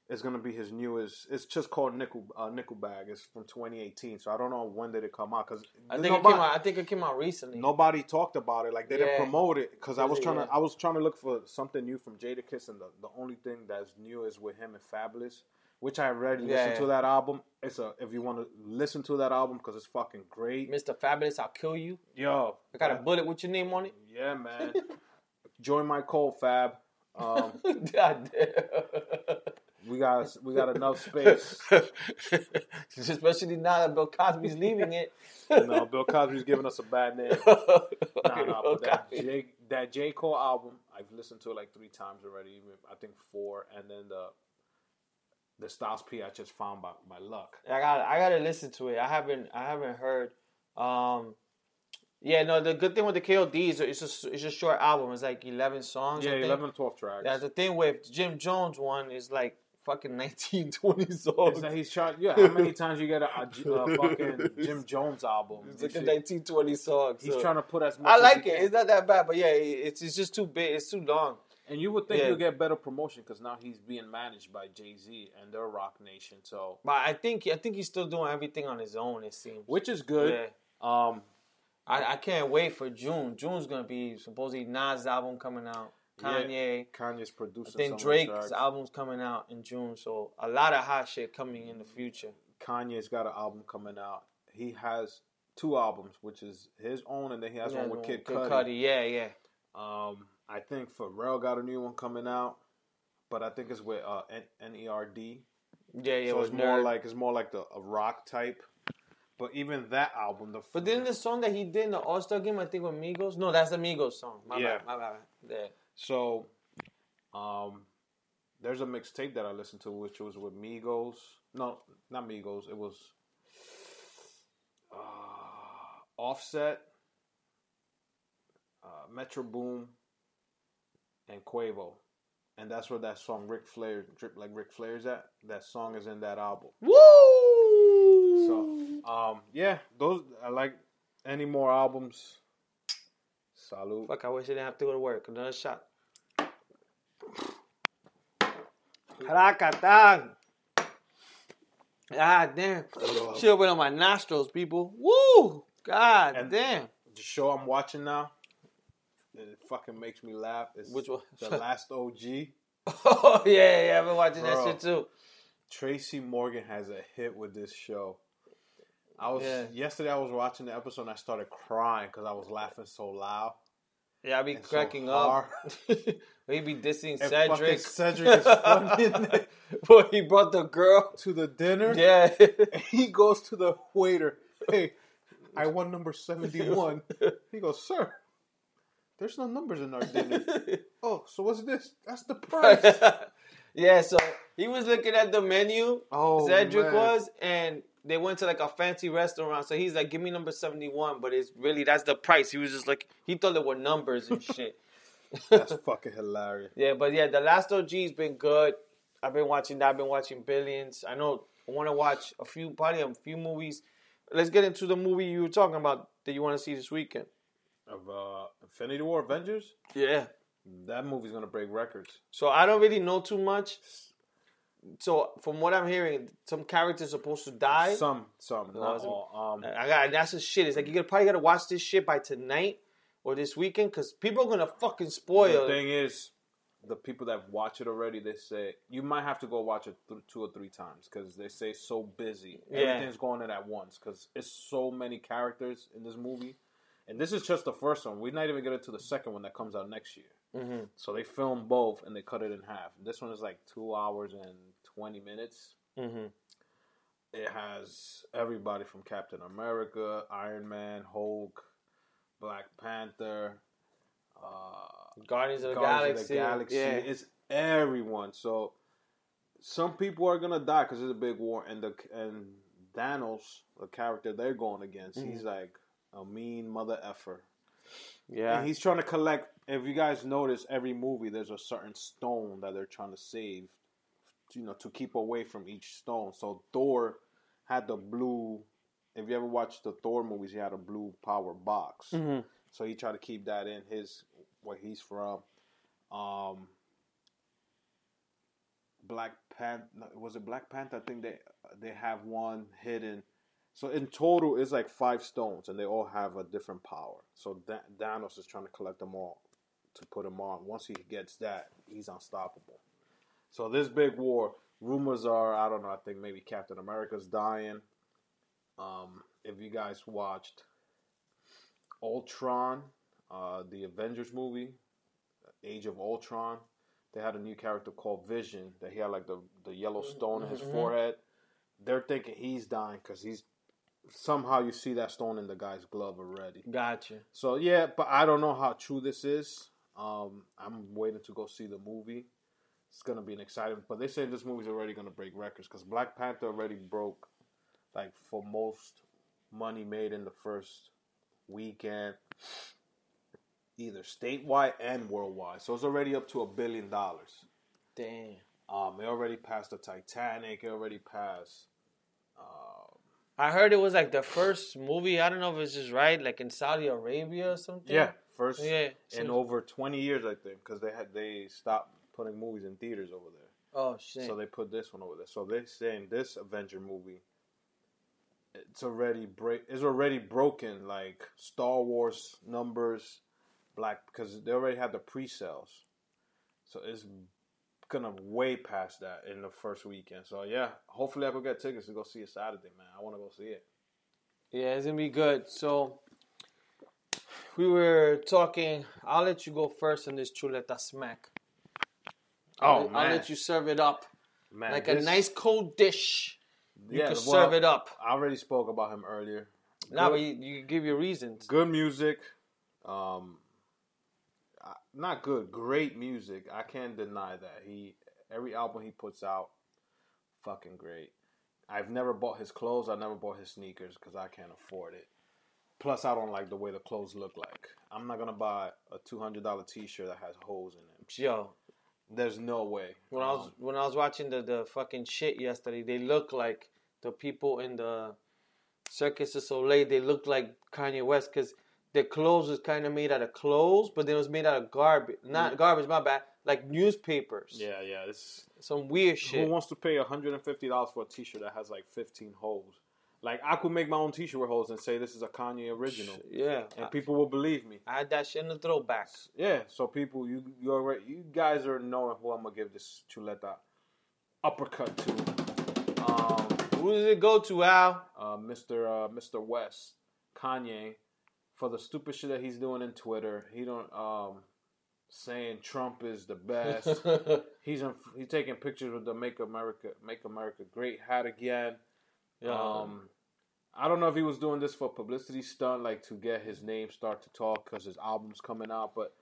Speaker 4: It's gonna be his newest. It's just called Nickel uh, Nickel Bag. It's from 2018. So I don't know when did it come out because
Speaker 5: it. I think it came out. I think it came out recently.
Speaker 4: nobody talked about it. Like they
Speaker 5: Yeah.
Speaker 4: didn't promote it because I
Speaker 5: Was
Speaker 4: was
Speaker 5: it-
Speaker 4: trying
Speaker 5: yeah.
Speaker 4: to I was trying to look for something new from Jada Kiss, and the, the only thing that's new is with him and Fabulous, which I already
Speaker 5: Yeah,
Speaker 4: listened
Speaker 5: yeah.
Speaker 4: to that album. It's a if you want to listen to that album because it's fucking great.
Speaker 5: Mr. Fabulous, I'll kill you.
Speaker 4: Yo,
Speaker 5: I got a bullet with your name on it.
Speaker 4: yeah, man. Join my cold fab. Um,
Speaker 5: God
Speaker 4: we got we got enough space.
Speaker 5: damn. Especially now that Bill Cosby's leaving it.
Speaker 4: No, Bill Cosby's giving us a bad name. Nah, nah,
Speaker 5: Bill
Speaker 4: but that
Speaker 5: Cosby.
Speaker 4: J, that J Cole album I've listened to it like three times already. Even I think four, and then the the Styles P I just found by my luck.
Speaker 5: I got I gotta listen to it. I haven't I haven't heard. Um, yeah, no. The good thing with the KOD is it's just it's a short album. It's like eleven songs. I
Speaker 4: Yeah,
Speaker 5: think.
Speaker 4: 11 and 12 tracks.
Speaker 5: That's the thing with Jim Jones one is like fucking 19, 20 songs.
Speaker 4: Is that he's shot? Yeah, how many times you get a, a J- a fucking Jim Jones album?
Speaker 5: It's
Speaker 4: and
Speaker 5: like a
Speaker 4: shit?
Speaker 5: 19, 20 songs.
Speaker 4: He's
Speaker 5: so-
Speaker 4: trying to put as much.
Speaker 5: I
Speaker 4: as
Speaker 5: like
Speaker 4: he
Speaker 5: it.
Speaker 4: can.
Speaker 5: It's not that bad, but yeah, it- it's it's just too big. It's too long.
Speaker 4: and you would think
Speaker 5: Yeah.
Speaker 4: you'll get better promotion because now he's being managed by Jay Z and their Rock Nation. So,
Speaker 5: But I think I think he's still doing everything on his own. It seems.
Speaker 4: which is good.
Speaker 5: Yeah.
Speaker 4: Um,
Speaker 5: I, I can't wait for June. June's gonna be supposedly Nas' album coming out.
Speaker 4: Yeah.
Speaker 5: Kanye.
Speaker 4: Kanye's producing.
Speaker 5: Then
Speaker 4: some of the
Speaker 5: Drake's
Speaker 4: tracks.
Speaker 5: album's coming out in June, so a lot of hot shit coming in the future.
Speaker 4: Kanye's got an album coming out. He has two albums, which is his own, and then he has
Speaker 5: Yeah,
Speaker 4: one with Kid
Speaker 5: Cudi.
Speaker 4: Cudi.
Speaker 5: Yeah, yeah.
Speaker 4: Um, I think Pharrell got a new one coming out, but I think it's with uh, N- Nerd.
Speaker 5: Yeah, yeah.
Speaker 4: so
Speaker 5: with
Speaker 4: it's more
Speaker 5: Nerd.
Speaker 4: like it's more like the a rock type. But even that album, the
Speaker 5: But then the song that he did in the All Star game, I think with Migos. No, that's the Migos song. My
Speaker 4: Yeah.
Speaker 5: bad, my bad. Yeah.
Speaker 4: so, um, there's a mixtape that I listened to, which was with Migos. No, not Migos. It was uh, Offset, uh, Metro Boom, and Quavo, and that's where that song Rick Flair drip like Rick Flair's at. That song is in that album.
Speaker 5: Woo!
Speaker 4: So, um, yeah, those I like any more albums. Salute.
Speaker 5: Fuck, I wish I didn't have to go to work. Another shot. Rakatan. God damn. Shit went on my nostrils, people. Woo! God
Speaker 4: And-
Speaker 5: damn.
Speaker 4: The show I'm watching now, it fucking makes me laugh. It's
Speaker 5: Which one?
Speaker 4: The Last OG.
Speaker 5: Oh, yeah, yeah. I've been watching that
Speaker 4: Bro.
Speaker 5: shit too.
Speaker 4: Tracy Morgan has a hit with this show. I was
Speaker 5: Yeah.
Speaker 4: yesterday. I was watching the episode and I started crying because I was laughing so loud.
Speaker 5: Yeah, I be
Speaker 4: and so
Speaker 5: cracking up.
Speaker 4: hard.
Speaker 5: he be dissing
Speaker 4: And fucking
Speaker 5: Cedric.
Speaker 4: Cedric is funny in there.
Speaker 5: Boy, he brought the girl.
Speaker 4: to the dinner.
Speaker 5: Yeah.
Speaker 4: he goes to the waiter. Hey, I want number seventy-one. He goes, sir. There's no numbers in our dinner. oh, so what's this? That's the price.
Speaker 5: yeah, so he was looking at the menu.
Speaker 4: Oh,
Speaker 5: Cedric
Speaker 4: man.
Speaker 5: was, and they went to like a fancy restaurant. So he's like, "Give me number seventy-one," but it's really that's the price. He was just like, he thought it were numbers and shit.
Speaker 4: That's fucking hilarious.
Speaker 5: Yeah, but yeah, the last OG's been good. I've been watching that. I've been watching Billions. I know I want to watch a few, probably a few movies. Let's get into the movie you were talking about that you want to see this weekend.
Speaker 4: Of uh, Infinity War, Avengers.
Speaker 5: Yeah.
Speaker 4: That movie's gonna break records.
Speaker 5: So I don't really know too much. So from what I'm hearing, some characters supposed to die.
Speaker 4: Some, some, not
Speaker 5: it's-
Speaker 4: all. Um,
Speaker 5: I got that's the shit. It's like you gotta, probably gotta watch this shit by tonight or this weekend because people are gonna fucking
Speaker 4: The
Speaker 5: spoil. it.
Speaker 4: thing is, the people that watch it already, they say you might have to go watch it th- two or three times because they say it's so busy.
Speaker 5: Yeah.
Speaker 4: Everything's going in at once because it's so many characters in this movie, and this is just the first one. We're not even getting to the second one that comes out next year. So they film both
Speaker 5: Mm-hmm.
Speaker 4: and they cut it in half. This one is like two hours and twenty minutes. It has everybody from Captain America, Iron Man, Hulk, Black Panther, uh,
Speaker 5: Guardians of the
Speaker 4: Guardians
Speaker 5: Galaxy. Yeah.
Speaker 4: It's everyone. So some people are gonna die because it's a big war, and the and Thanos, the character they're going against,
Speaker 5: Mm-hmm.
Speaker 4: he's like a mean mother effer.
Speaker 5: Yeah.
Speaker 4: And he's trying to collect. If you guys notice, every movie there's a certain stone that they're trying to save, you know, to keep away from each stone. So Thor had the blue. If you ever watched the Thor movies, he had a blue power box. So he tried to keep that in his where he's from. Um, Black Panther was it Black Panther? I think they they have one hidden. So in total, it's like five stones, and they all have a different power. So Da- Thanos is trying to collect them all to put him on. Once he gets that, he's unstoppable. So this big war. Rumors are, I don't know. I think maybe Captain America's dying. Um, if you guys watched Ultron, uh, the Avengers movie, Age of Ultron, they had a new character called Vision that he had like the the yellow stone in his forehead. They're thinking he's dying because he's somehow you see that stone in the guy's glove already.
Speaker 5: Gotcha.
Speaker 4: So yeah, but I don't know how true this is. Um, I'm waiting to go see the movie. It's gonna be an exciting. But they say this movie's already gonna break records because Black Panther already broke, like for most money made in the first weekend, either statewide and worldwide. So it's already up to a billion dollars.
Speaker 5: Damn.
Speaker 4: Um, it already passed the Titanic. It already passed. uh,
Speaker 5: I heard it was like the first movie. I don't know if it's just right, like in Saudi Arabia or something.
Speaker 4: Yeah, first
Speaker 5: Yeah,
Speaker 4: in
Speaker 5: seems-
Speaker 4: over twenty years, I think, because they had they stopped putting movies in theaters over there.
Speaker 5: Oh shit.
Speaker 4: So they put this one over there. So they're saying this Avenger movie, it's already break, it's already broken like Star Wars numbers, black because they already had the pre-sales, so it's gonna way past that in the first weekend. So yeah, hopefully I could get tickets to go see it Saturday, man. I want to go see it.
Speaker 5: yeah, it's gonna be good. So we were talking. I'll let you go first on this chuleta smack.
Speaker 4: Oh
Speaker 5: I'll let you serve it up
Speaker 4: man,
Speaker 5: like a
Speaker 4: this-
Speaker 5: nice cold dish. You
Speaker 4: yeah,
Speaker 5: can
Speaker 4: well,
Speaker 5: serve it up.
Speaker 4: I already spoke about him earlier.
Speaker 5: Nah, but you, you give your reasons.
Speaker 4: good music um uh, not good great music i can't deny that he every album he puts out fucking great i've never bought his clothes i never bought his sneakers because i can't afford it plus i don't like the way the clothes look like i'm not gonna buy a $200 t-shirt that has holes in it
Speaker 5: Yo,
Speaker 4: there's no way
Speaker 5: when I
Speaker 4: Um,
Speaker 5: was when I was watching the the fucking shit yesterday, they look like the people in the Circus du Soleil. They look like Kanye West because their clothes was kind of made out of clothes, but then it was made out of garbage. Not garbage, my bad. Like newspapers.
Speaker 4: yeah yeah this
Speaker 5: Some weird shit.
Speaker 4: Who wants to pay $150 for a t-shirt that has like 15 holes? Like I could make my own t-shirt with holes and say this is a Kanye original.
Speaker 5: yeah.
Speaker 4: And people will believe me.
Speaker 5: I had that shit in the throwback.
Speaker 4: Yeah, so people you you already you guys are knowing who I'm gonna give this chuleta uppercut to. Um
Speaker 5: Who does it go to, Al?
Speaker 4: uh, Mr. Uh, Mr. West, Kanye, for the stupid shit that he's doing in Twitter. He don't um, saying Trump is the best. he's in, he's taking pictures with the Make America Make America Great hat again. Um, I don't know if he was doing this for publicity stunt, like to get his name start to talk because his album's coming out, but.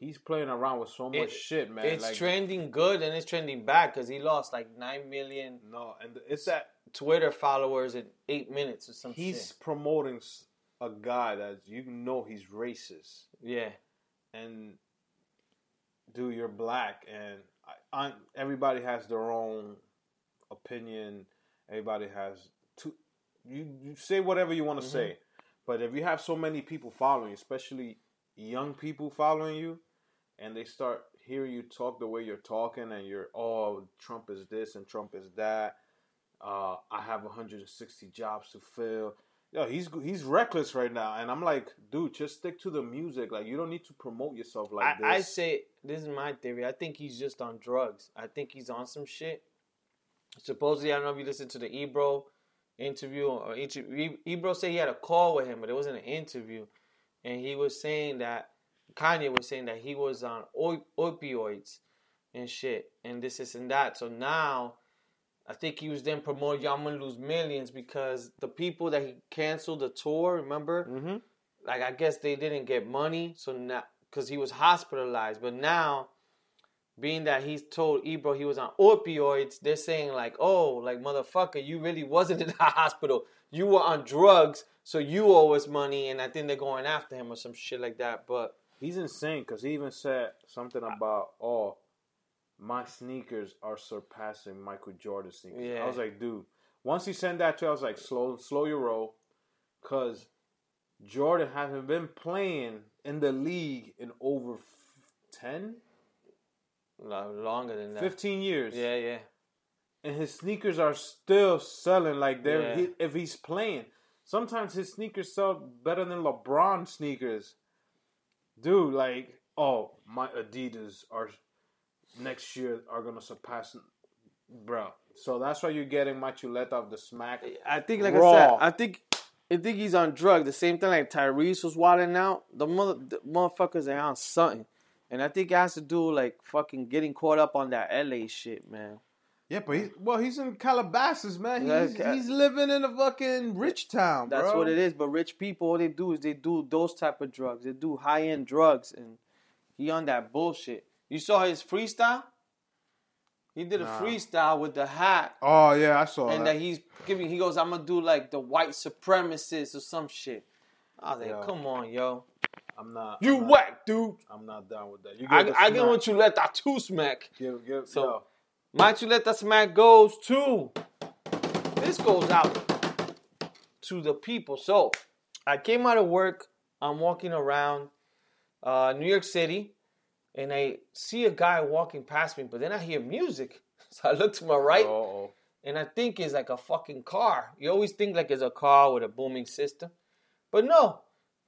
Speaker 4: He's playing around with so much
Speaker 5: It-
Speaker 4: shit, man.
Speaker 5: it's
Speaker 4: like,
Speaker 5: trending good and it's trending bad because he lost like nine million
Speaker 4: no, and it's that
Speaker 5: Twitter followers in eight minutes or some
Speaker 4: he's promoting s- a guy that you know he's racist.
Speaker 5: shit. Yeah.
Speaker 4: and do you're black and I, I, everybody has their own opinion everybody has to you, you say whatever you
Speaker 5: Mm-hmm.
Speaker 4: want to say but if you have so many people following you, especially young people following you and they start hearing you talk the way you're talking and you're oh trump is this and trump is that uh, i have 160 jobs to fill yo, he's he's reckless right now, and I'm like, dude, just stick to the music. Like, you don't need to promote yourself like
Speaker 5: I, I
Speaker 4: this.
Speaker 5: say this is my theory. I think he's just on drugs. I think he's on some shit. Supposedly, I don't know if you listened to the Ebro interview or inter- E- Ebro said he had a call with him, but it wasn't an interview, and he was saying that Kanye was saying that he was on oi- opioids and shit and this, this, and that. So now I think he was then promoted. Y'all gonna lose millions because the people that he canceled the tour. Remember, mm-hmm. like I guess they didn't get money, so now because he was hospitalized. But now, being that he's told Ebro he was on opioids, they're saying like, oh, like motherfucker, you really wasn't in the hospital. You were on drugs, so you owe us money. And I think they're going after him or some shit like that. But
Speaker 4: He's insane because he even said something about, oh, my sneakers are surpassing Michael Jordan sneakers.
Speaker 5: Yeah.
Speaker 4: I was like, dude. Once he sent that to, I was like, slow, slow your roll, because Jordan hasn't been playing in the league in over f- 10,
Speaker 5: lo- uh, longer than that.
Speaker 4: 15 years,
Speaker 5: Yeah, yeah.
Speaker 4: and his sneakers are still selling like they're
Speaker 5: Yeah.
Speaker 4: he, if he's playing. Sometimes his sneakers sell better than LeBron sneakers, dude. Like, oh, my Adidas are next year are gonna surpass, bro. So that's why you're getting my Chuleta of the smack.
Speaker 5: I think, like I said,
Speaker 4: Raw.
Speaker 5: I think, I think he's on drugs. The same thing like Tyrese was wilding out. The mother, the motherfuckers are on something, and I think it has to do like fucking getting caught up on that LA shit, man.
Speaker 4: Yeah, but he's well, he's in Calabasas, man. He's,
Speaker 5: Okay.
Speaker 4: he's living in a fucking rich town.
Speaker 5: That's
Speaker 4: bro.
Speaker 5: what it is. But rich people, all they do is they do those type of drugs. They do high end drugs, and he on that bullshit. You saw his freestyle. He did a freestyle with the hat,
Speaker 4: Oh yeah, I saw
Speaker 5: and that he's giving. He goes, "I'm gonna do like the white supremacist or some shit." I was like,
Speaker 4: Yo.
Speaker 5: "Come on, yo."
Speaker 4: I'm not.
Speaker 5: You
Speaker 4: I'm not,
Speaker 5: whack, dude.
Speaker 4: I'm not down with that. You
Speaker 5: I,
Speaker 4: get
Speaker 5: I get what you let that two smack.
Speaker 4: Give, give,
Speaker 5: So-
Speaker 4: yo.
Speaker 5: My you let that smack goes to. This goes out to the people. So I came out of work. I'm walking around uh, New York City, and I see a guy walking past me. But then I hear music, so I look to my right,
Speaker 4: Uh-oh.
Speaker 5: and I think it's like a fucking car. You always think like it's a car with a booming system, but no.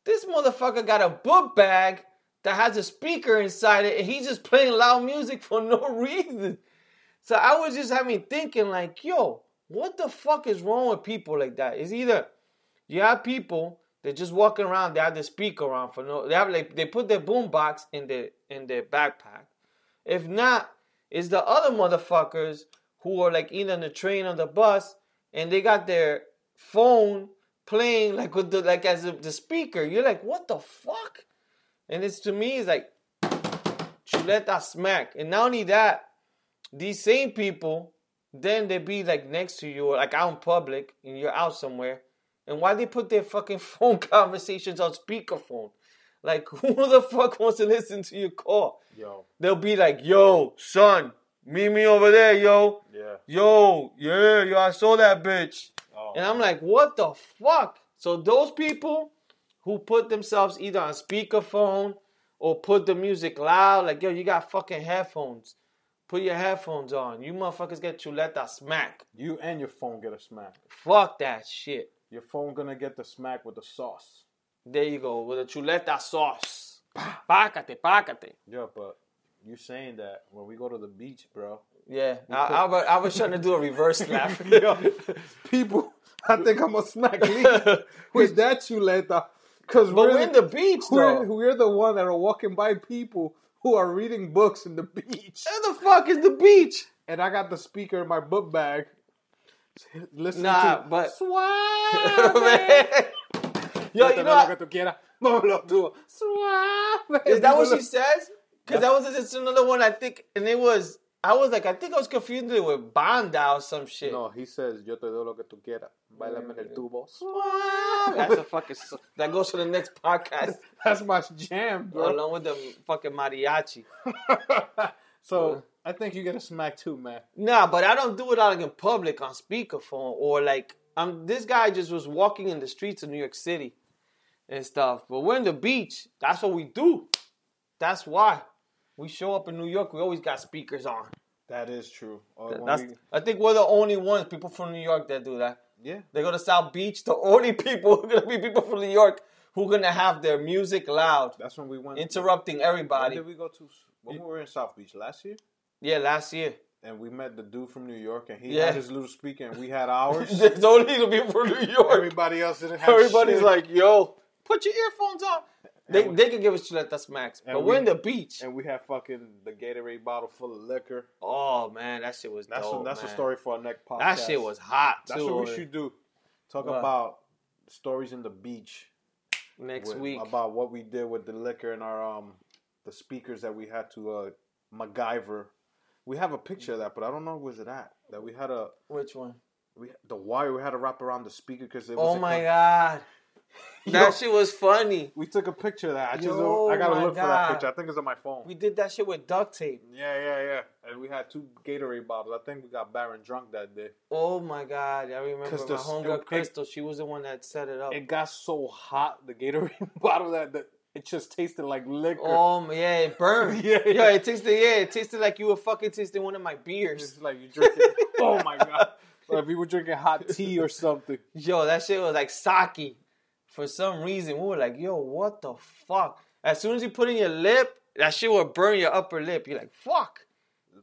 Speaker 5: This motherfucker got a book bag that has a speaker inside it, and he's just playing loud music for no reason. So I was just having me thinking, like, yo, what the fuck is wrong with people like that? It's either you have people that just walking around, they have the speaker on for no, they have like they put their boombox in their in their backpack. If not, it's the other motherfuckers who are like either on the train or the bus, and they got their phone playing like with the like as a, the speaker. You're like, what the fuck? And it's to me, it's like chuleta smack. And not only that, these same people, then they be like next to you or like out in public and you're out somewhere. And why they put their fucking phone conversations on speakerphone? Like who the fuck wants to listen to your call?
Speaker 4: Yo.
Speaker 5: They'll be like, yo, son, meet me over there, yo.
Speaker 4: Yeah.
Speaker 5: Yo, yeah, yo, I saw that bitch.
Speaker 4: Oh,
Speaker 5: And I'm like, what the fuck? So those people who put themselves either on speakerphone or put the music loud, like yo, you got fucking headphones. Put your headphones on. You motherfuckers get chuleta smack.
Speaker 4: You and your phone get a smack.
Speaker 5: Fuck that shit.
Speaker 4: Your phone gonna get the smack with the sauce.
Speaker 5: There you go with a chuleta sauce. Pácate, pácate.
Speaker 4: Yeah, but you saying that when we go to the beach, bro.
Speaker 5: Yeah, I, I, was, I was trying to do a reverse laugh.
Speaker 4: people, I think I'm gonna smack Lee with that you later. Cause
Speaker 5: But we're in the beach,
Speaker 4: we're,
Speaker 5: though.
Speaker 4: we're the one that are walking by people who are reading books in the beach.
Speaker 5: Where the fuck is the beach?
Speaker 4: And I got the speaker in my book bag. Listen
Speaker 5: Nah,
Speaker 4: to
Speaker 5: but
Speaker 4: Suave.
Speaker 5: Yo, you know,
Speaker 4: que tú quieras. No lo tú. Suave.
Speaker 5: Is that what she says? Because that was just another one I think, and it was I was like I think I was confused with Bonda or some shit.
Speaker 4: No, he says, yo te doy lo que tú quieras. Bailame en el tubo.
Speaker 5: That's a fucking s- that goes to the next podcast
Speaker 4: That's my jam, bro.
Speaker 5: along with the fucking mariachi.
Speaker 4: so I think you get a smack too, man.
Speaker 5: Nah, but I don't do it out like in public on speakerphone or like I'm. This guy just was walking in the streets of New York City and stuff. But we're in the beach. That's what we do. That's why we show up in New York. We always got speakers on.
Speaker 4: That is true. Or when
Speaker 5: That's,
Speaker 4: we-
Speaker 5: I think we're the only ones, people from New York, that do that.
Speaker 4: yeah.
Speaker 5: They go to South Beach. The only people who are gonna be people from New York who are gonna have their music loud,
Speaker 4: That's when we went.
Speaker 5: interrupting
Speaker 4: When
Speaker 5: everybody.
Speaker 4: did we go to? When we were in South Beach last year,
Speaker 5: Yeah, last year.
Speaker 4: and we met the dude from New York, and he
Speaker 5: Yeah.
Speaker 4: had his little speaker, and we had ours.
Speaker 5: There's only the people from New York.
Speaker 4: Everybody else didn't have
Speaker 5: Everybody's
Speaker 4: shit.
Speaker 5: like, "Yo, put your earphones on." They,
Speaker 4: we-
Speaker 5: they could give us two that's max,
Speaker 4: And
Speaker 5: but
Speaker 4: we-
Speaker 5: we're in the beach.
Speaker 4: And we have fucking the Gatorade bottle full of liquor.
Speaker 5: Oh man, that shit was
Speaker 4: That's
Speaker 5: dope.
Speaker 4: a, that's
Speaker 5: Oh, man.
Speaker 4: a story for our next podcast.
Speaker 5: That shit was hot too.
Speaker 4: That's what we should do. Talk
Speaker 5: What?
Speaker 4: about stories in the beach
Speaker 5: next
Speaker 4: with-
Speaker 5: week.
Speaker 4: about what we did with the liquor and our um the speakers that we had to uh MacGyver. We have a picture of that, but I don't know where's it at. That we had a
Speaker 5: Which one?
Speaker 4: we the wire we had to wrap around the speaker because it was
Speaker 5: Oh
Speaker 4: a
Speaker 5: my
Speaker 4: con-
Speaker 5: god, that
Speaker 4: Yo.
Speaker 5: shit was funny.
Speaker 4: We took a picture of that. I just
Speaker 5: Yo,
Speaker 4: I gotta
Speaker 5: my
Speaker 4: look for that
Speaker 5: God.
Speaker 4: picture. I think it's on my phone.
Speaker 5: We did that shit with duct tape.
Speaker 4: yeah, yeah, yeah. And we had two Gatorade bottles. I think we got Baron drunk that day.
Speaker 5: Oh my god, I remember
Speaker 4: 'Cause the
Speaker 5: my homegirl
Speaker 4: stupid-
Speaker 5: Crystal. She was the one that set it up.
Speaker 4: It got so hot the Gatorade bottle that, that it just tasted like liquor.
Speaker 5: Oh man, yeah, it burned.
Speaker 4: Yeah,
Speaker 5: yeah,
Speaker 4: yeah.
Speaker 5: it tasted. Yeah, it tasted like you were fucking tasting one of my beers.
Speaker 4: It's like you drink it. oh my god! Like if you were drinking hot tea or something.
Speaker 5: Yo, that shit was like sake. For some reason, we were like, yo, what the fuck? As soon as you put in your lip, that shit will burn your upper lip. You're like, fuck.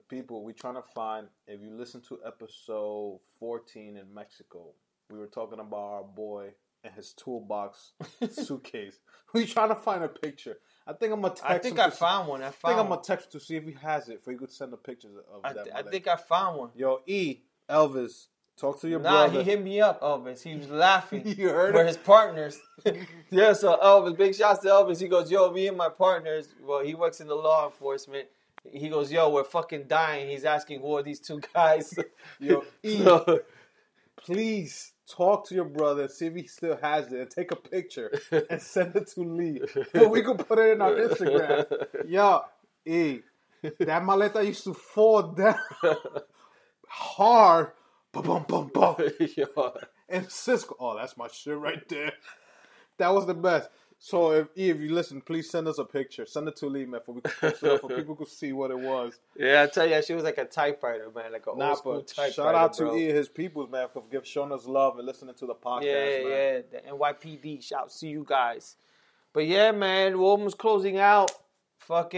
Speaker 4: people we trying to find if you listen to episode 14 in mexico we were talking about our boy and his toolbox suitcase we trying to find a picture i think i'm gonna text
Speaker 5: I think
Speaker 4: him
Speaker 5: I
Speaker 4: to see-
Speaker 5: found one. I
Speaker 4: i think i'm
Speaker 5: found.
Speaker 4: gonna
Speaker 5: one.
Speaker 4: text to see if he has it for you could send the pictures of
Speaker 5: I
Speaker 4: that
Speaker 5: th- I
Speaker 4: motherfucker.
Speaker 5: think I found one.
Speaker 4: yo e elvis talk to your
Speaker 5: Nah,
Speaker 4: brother
Speaker 5: he hit me up, Elvis. He was laughing.
Speaker 4: You heard
Speaker 5: We're
Speaker 4: him?
Speaker 5: his partners. yeah, so Elvis, big shouts to Elvis. He goes, yo, me and my partners, well, he works in the law enforcement. He goes, yo, we're fucking dying. He's asking who are these two guys?
Speaker 4: yo e
Speaker 5: So-
Speaker 4: please talk to your brother see if he still has it and take a picture and send it to lee but we could put it in our instagram yo e that maleta used to fall down hard Ba bum bum bum.
Speaker 5: Yo.
Speaker 4: and cisco oh that's my shit right there that was the best so if E, if you listen please send us a picture send it to lee man for, we could post it up for people could see what it was
Speaker 5: Yeah, I tell you, she was like a typewriter, man, like an
Speaker 4: Nah,
Speaker 5: old school
Speaker 4: but
Speaker 5: typewriter.
Speaker 4: shout out to
Speaker 5: bro.
Speaker 4: E and his peoples, man, for give, showing us love and listening to the podcast,
Speaker 5: Yeah,
Speaker 4: man.
Speaker 5: yeah, the NYPD. Shouts to you guys. But yeah, man, we're almost closing out. Fucking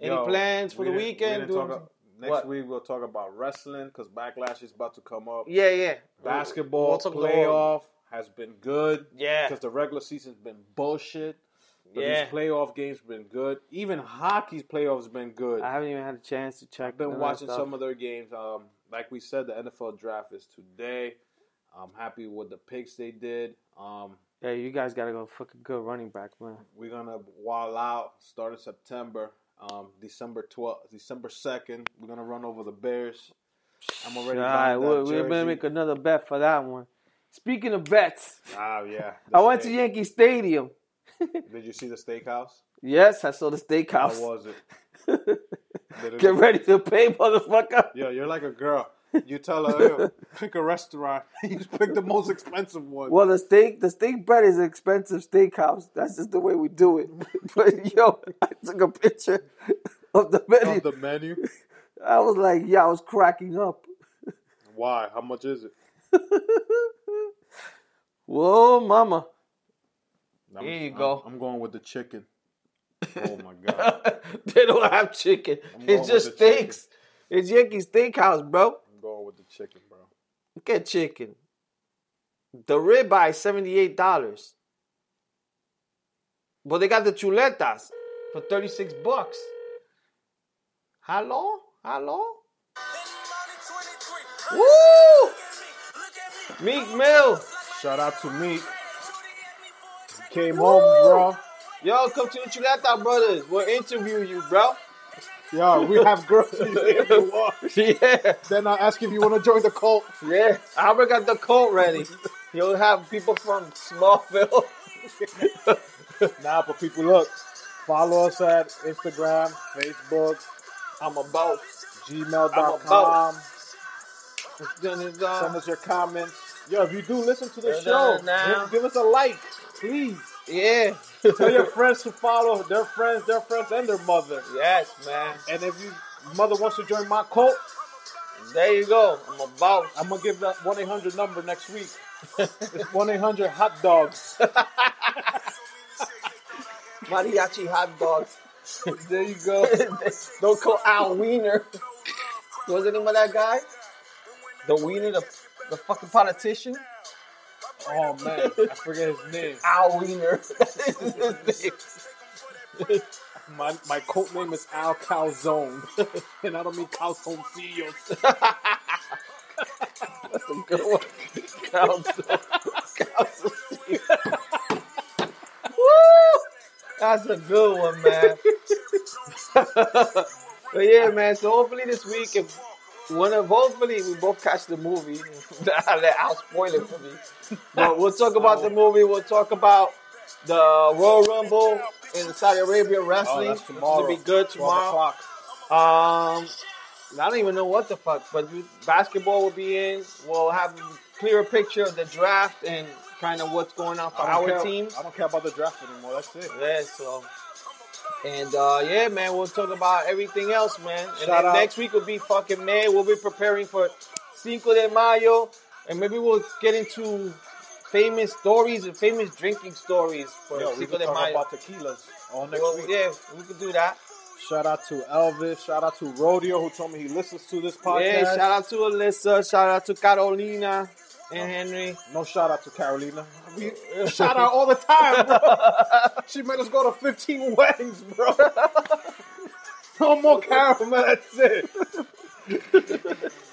Speaker 5: any
Speaker 4: Yo,
Speaker 5: plans for
Speaker 4: we
Speaker 5: the
Speaker 4: didn't- we
Speaker 5: weekend?
Speaker 4: didn't
Speaker 5: Doing-
Speaker 4: talk about- next
Speaker 5: What?
Speaker 4: week we'll talk about wrestling because backlash is about to come up.
Speaker 5: yeah, yeah.
Speaker 4: Basketball
Speaker 5: We'll talk about-
Speaker 4: playoff has been good.
Speaker 5: Yeah.
Speaker 4: because the regular season's been bullshit. But
Speaker 5: Yeah.
Speaker 4: these playoff games been good. Even hockey's playoffs been good.
Speaker 5: I haven't even had a chance to check.
Speaker 4: I've been watching some of their games. Um, like we said, the NFL draft is today. I'm happy with the picks they did. Um,
Speaker 5: Yeah, you guys gotta go. Fucking good running back, man.
Speaker 4: We're gonna wall out. Start in September, um, December twelfth, December second. We're gonna run over the Bears. I'm
Speaker 5: All
Speaker 4: already.
Speaker 5: right,
Speaker 4: buying
Speaker 5: we're,
Speaker 4: that
Speaker 5: we're gonna
Speaker 4: jersey.
Speaker 5: make another bet for that one. Speaking of bets,
Speaker 4: Ah, yeah.
Speaker 5: I went to
Speaker 4: steak.
Speaker 5: Yankee Stadium.
Speaker 4: Did you see the steakhouse?
Speaker 5: Yes, I saw the
Speaker 4: How
Speaker 5: steakhouse.
Speaker 4: was it? Did it
Speaker 5: Get ready to pay, motherfucker.
Speaker 4: Yo, you're like a girl. You tell her, Yo, pick a restaurant. you pick the most expensive one.
Speaker 5: Well, the steak, the steak bread is an expensive steakhouse. That's just the way we do it. But yo, I took a picture of the menu.
Speaker 4: Of the menu.
Speaker 5: I was like, yeah, I was cracking up.
Speaker 4: Why? How much is it?
Speaker 5: Whoa, mama.
Speaker 4: I'm,
Speaker 5: Here you
Speaker 4: I'm-
Speaker 5: go.
Speaker 4: I'm going with the chicken. Oh my god.
Speaker 5: they don't have chicken.
Speaker 4: going
Speaker 5: It's just
Speaker 4: with the chicken.
Speaker 5: steaks. It's Yankee Steakhouse, bro.
Speaker 4: I'm going with the chicken, bro.
Speaker 5: Look at chicken. The ribeye, seventy-eight dollars. But they got the chuletas for thirty-six bucks. Hello, hello. Woo! Meek Mill,
Speaker 4: Shout out to Meek. Came home, bro.
Speaker 5: yo, come to the Chuleta Brothers. We'll interview you, bro.
Speaker 4: Yo, we have girls if you want.
Speaker 5: yeah,
Speaker 4: Then I ask if you want to join the cult.
Speaker 5: yeah. Albert got the coat ready. You'll have people from Smallville.
Speaker 4: Nah, but people, look, follow us at Instagram, Facebook,
Speaker 5: I'm about. I'm
Speaker 4: gmail.com.
Speaker 5: about-
Speaker 4: Send us your comments. Yo, if you do listen to the
Speaker 5: Turn
Speaker 4: show,
Speaker 5: on now.
Speaker 4: give, give us a like, please.
Speaker 5: Yeah.
Speaker 4: Tell your friends to follow their friends, their friends, and their mother.
Speaker 5: Yes, man.
Speaker 4: And if you mother wants to join my cult,
Speaker 5: There you go. I'm a boss.
Speaker 4: I'm gonna give that 1 800 number next week. It's 1 800 hot dogs.
Speaker 5: Mariachi hot dogs.
Speaker 4: There you go.
Speaker 5: Don't call Al Wiener. What's the name of that guy? The Wiener, the, the fucking politician?
Speaker 4: Oh man, I forget his name.
Speaker 6: Al Wiener. That is his name.
Speaker 4: My my code name is Al Calzone, and I don't mean calzoncillos.
Speaker 6: That's a good one. Council. Council. Woo!
Speaker 5: That's a good one, man. but yeah, man. So hopefully this week, if one of hopefully we both catch the movie. I'll let Al spoil it for me. But we'll talk about
Speaker 4: Oh.
Speaker 5: the movie. We'll talk about the Royal Rumble in Saudi Arabia wrestling.
Speaker 4: Oh, that's tomorrow.
Speaker 5: It'll be good
Speaker 4: 12
Speaker 5: tomorrow.
Speaker 4: o'clock.
Speaker 5: Um, I don't even know what the fuck, but you- basketball will be in. We'll have a clearer picture of the draft and kind of what's going on for
Speaker 4: I don't
Speaker 5: our
Speaker 4: care-
Speaker 5: teams.
Speaker 4: I don't care about the draft anymore. That's it.
Speaker 5: Yeah, so. And uh, yeah, man, we'll talk about everything else, man. And
Speaker 4: Shout
Speaker 5: then
Speaker 4: out.
Speaker 5: next week will be fucking May. We'll be preparing for Cinco de Mayo, and maybe we'll get into famous stories and famous drinking stories for
Speaker 4: Yo, we
Speaker 5: Cinco
Speaker 4: can
Speaker 5: de
Speaker 4: talk
Speaker 5: Mayo.
Speaker 4: about tequilas all next
Speaker 5: Well,
Speaker 4: week.
Speaker 5: yeah, we could do that.
Speaker 4: Shout out to Elvis. Shout out to Rodeo, who told me he listens to this podcast.
Speaker 5: Yeah, shout out to Alyssa. Shout out to Carolina and Henry.
Speaker 4: No shout out to Carolina. We shout out all the time, bro. she made us go to 15 weddings, bro. No more Carol, man. That's it.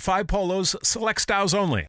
Speaker 1: five polos, select styles only.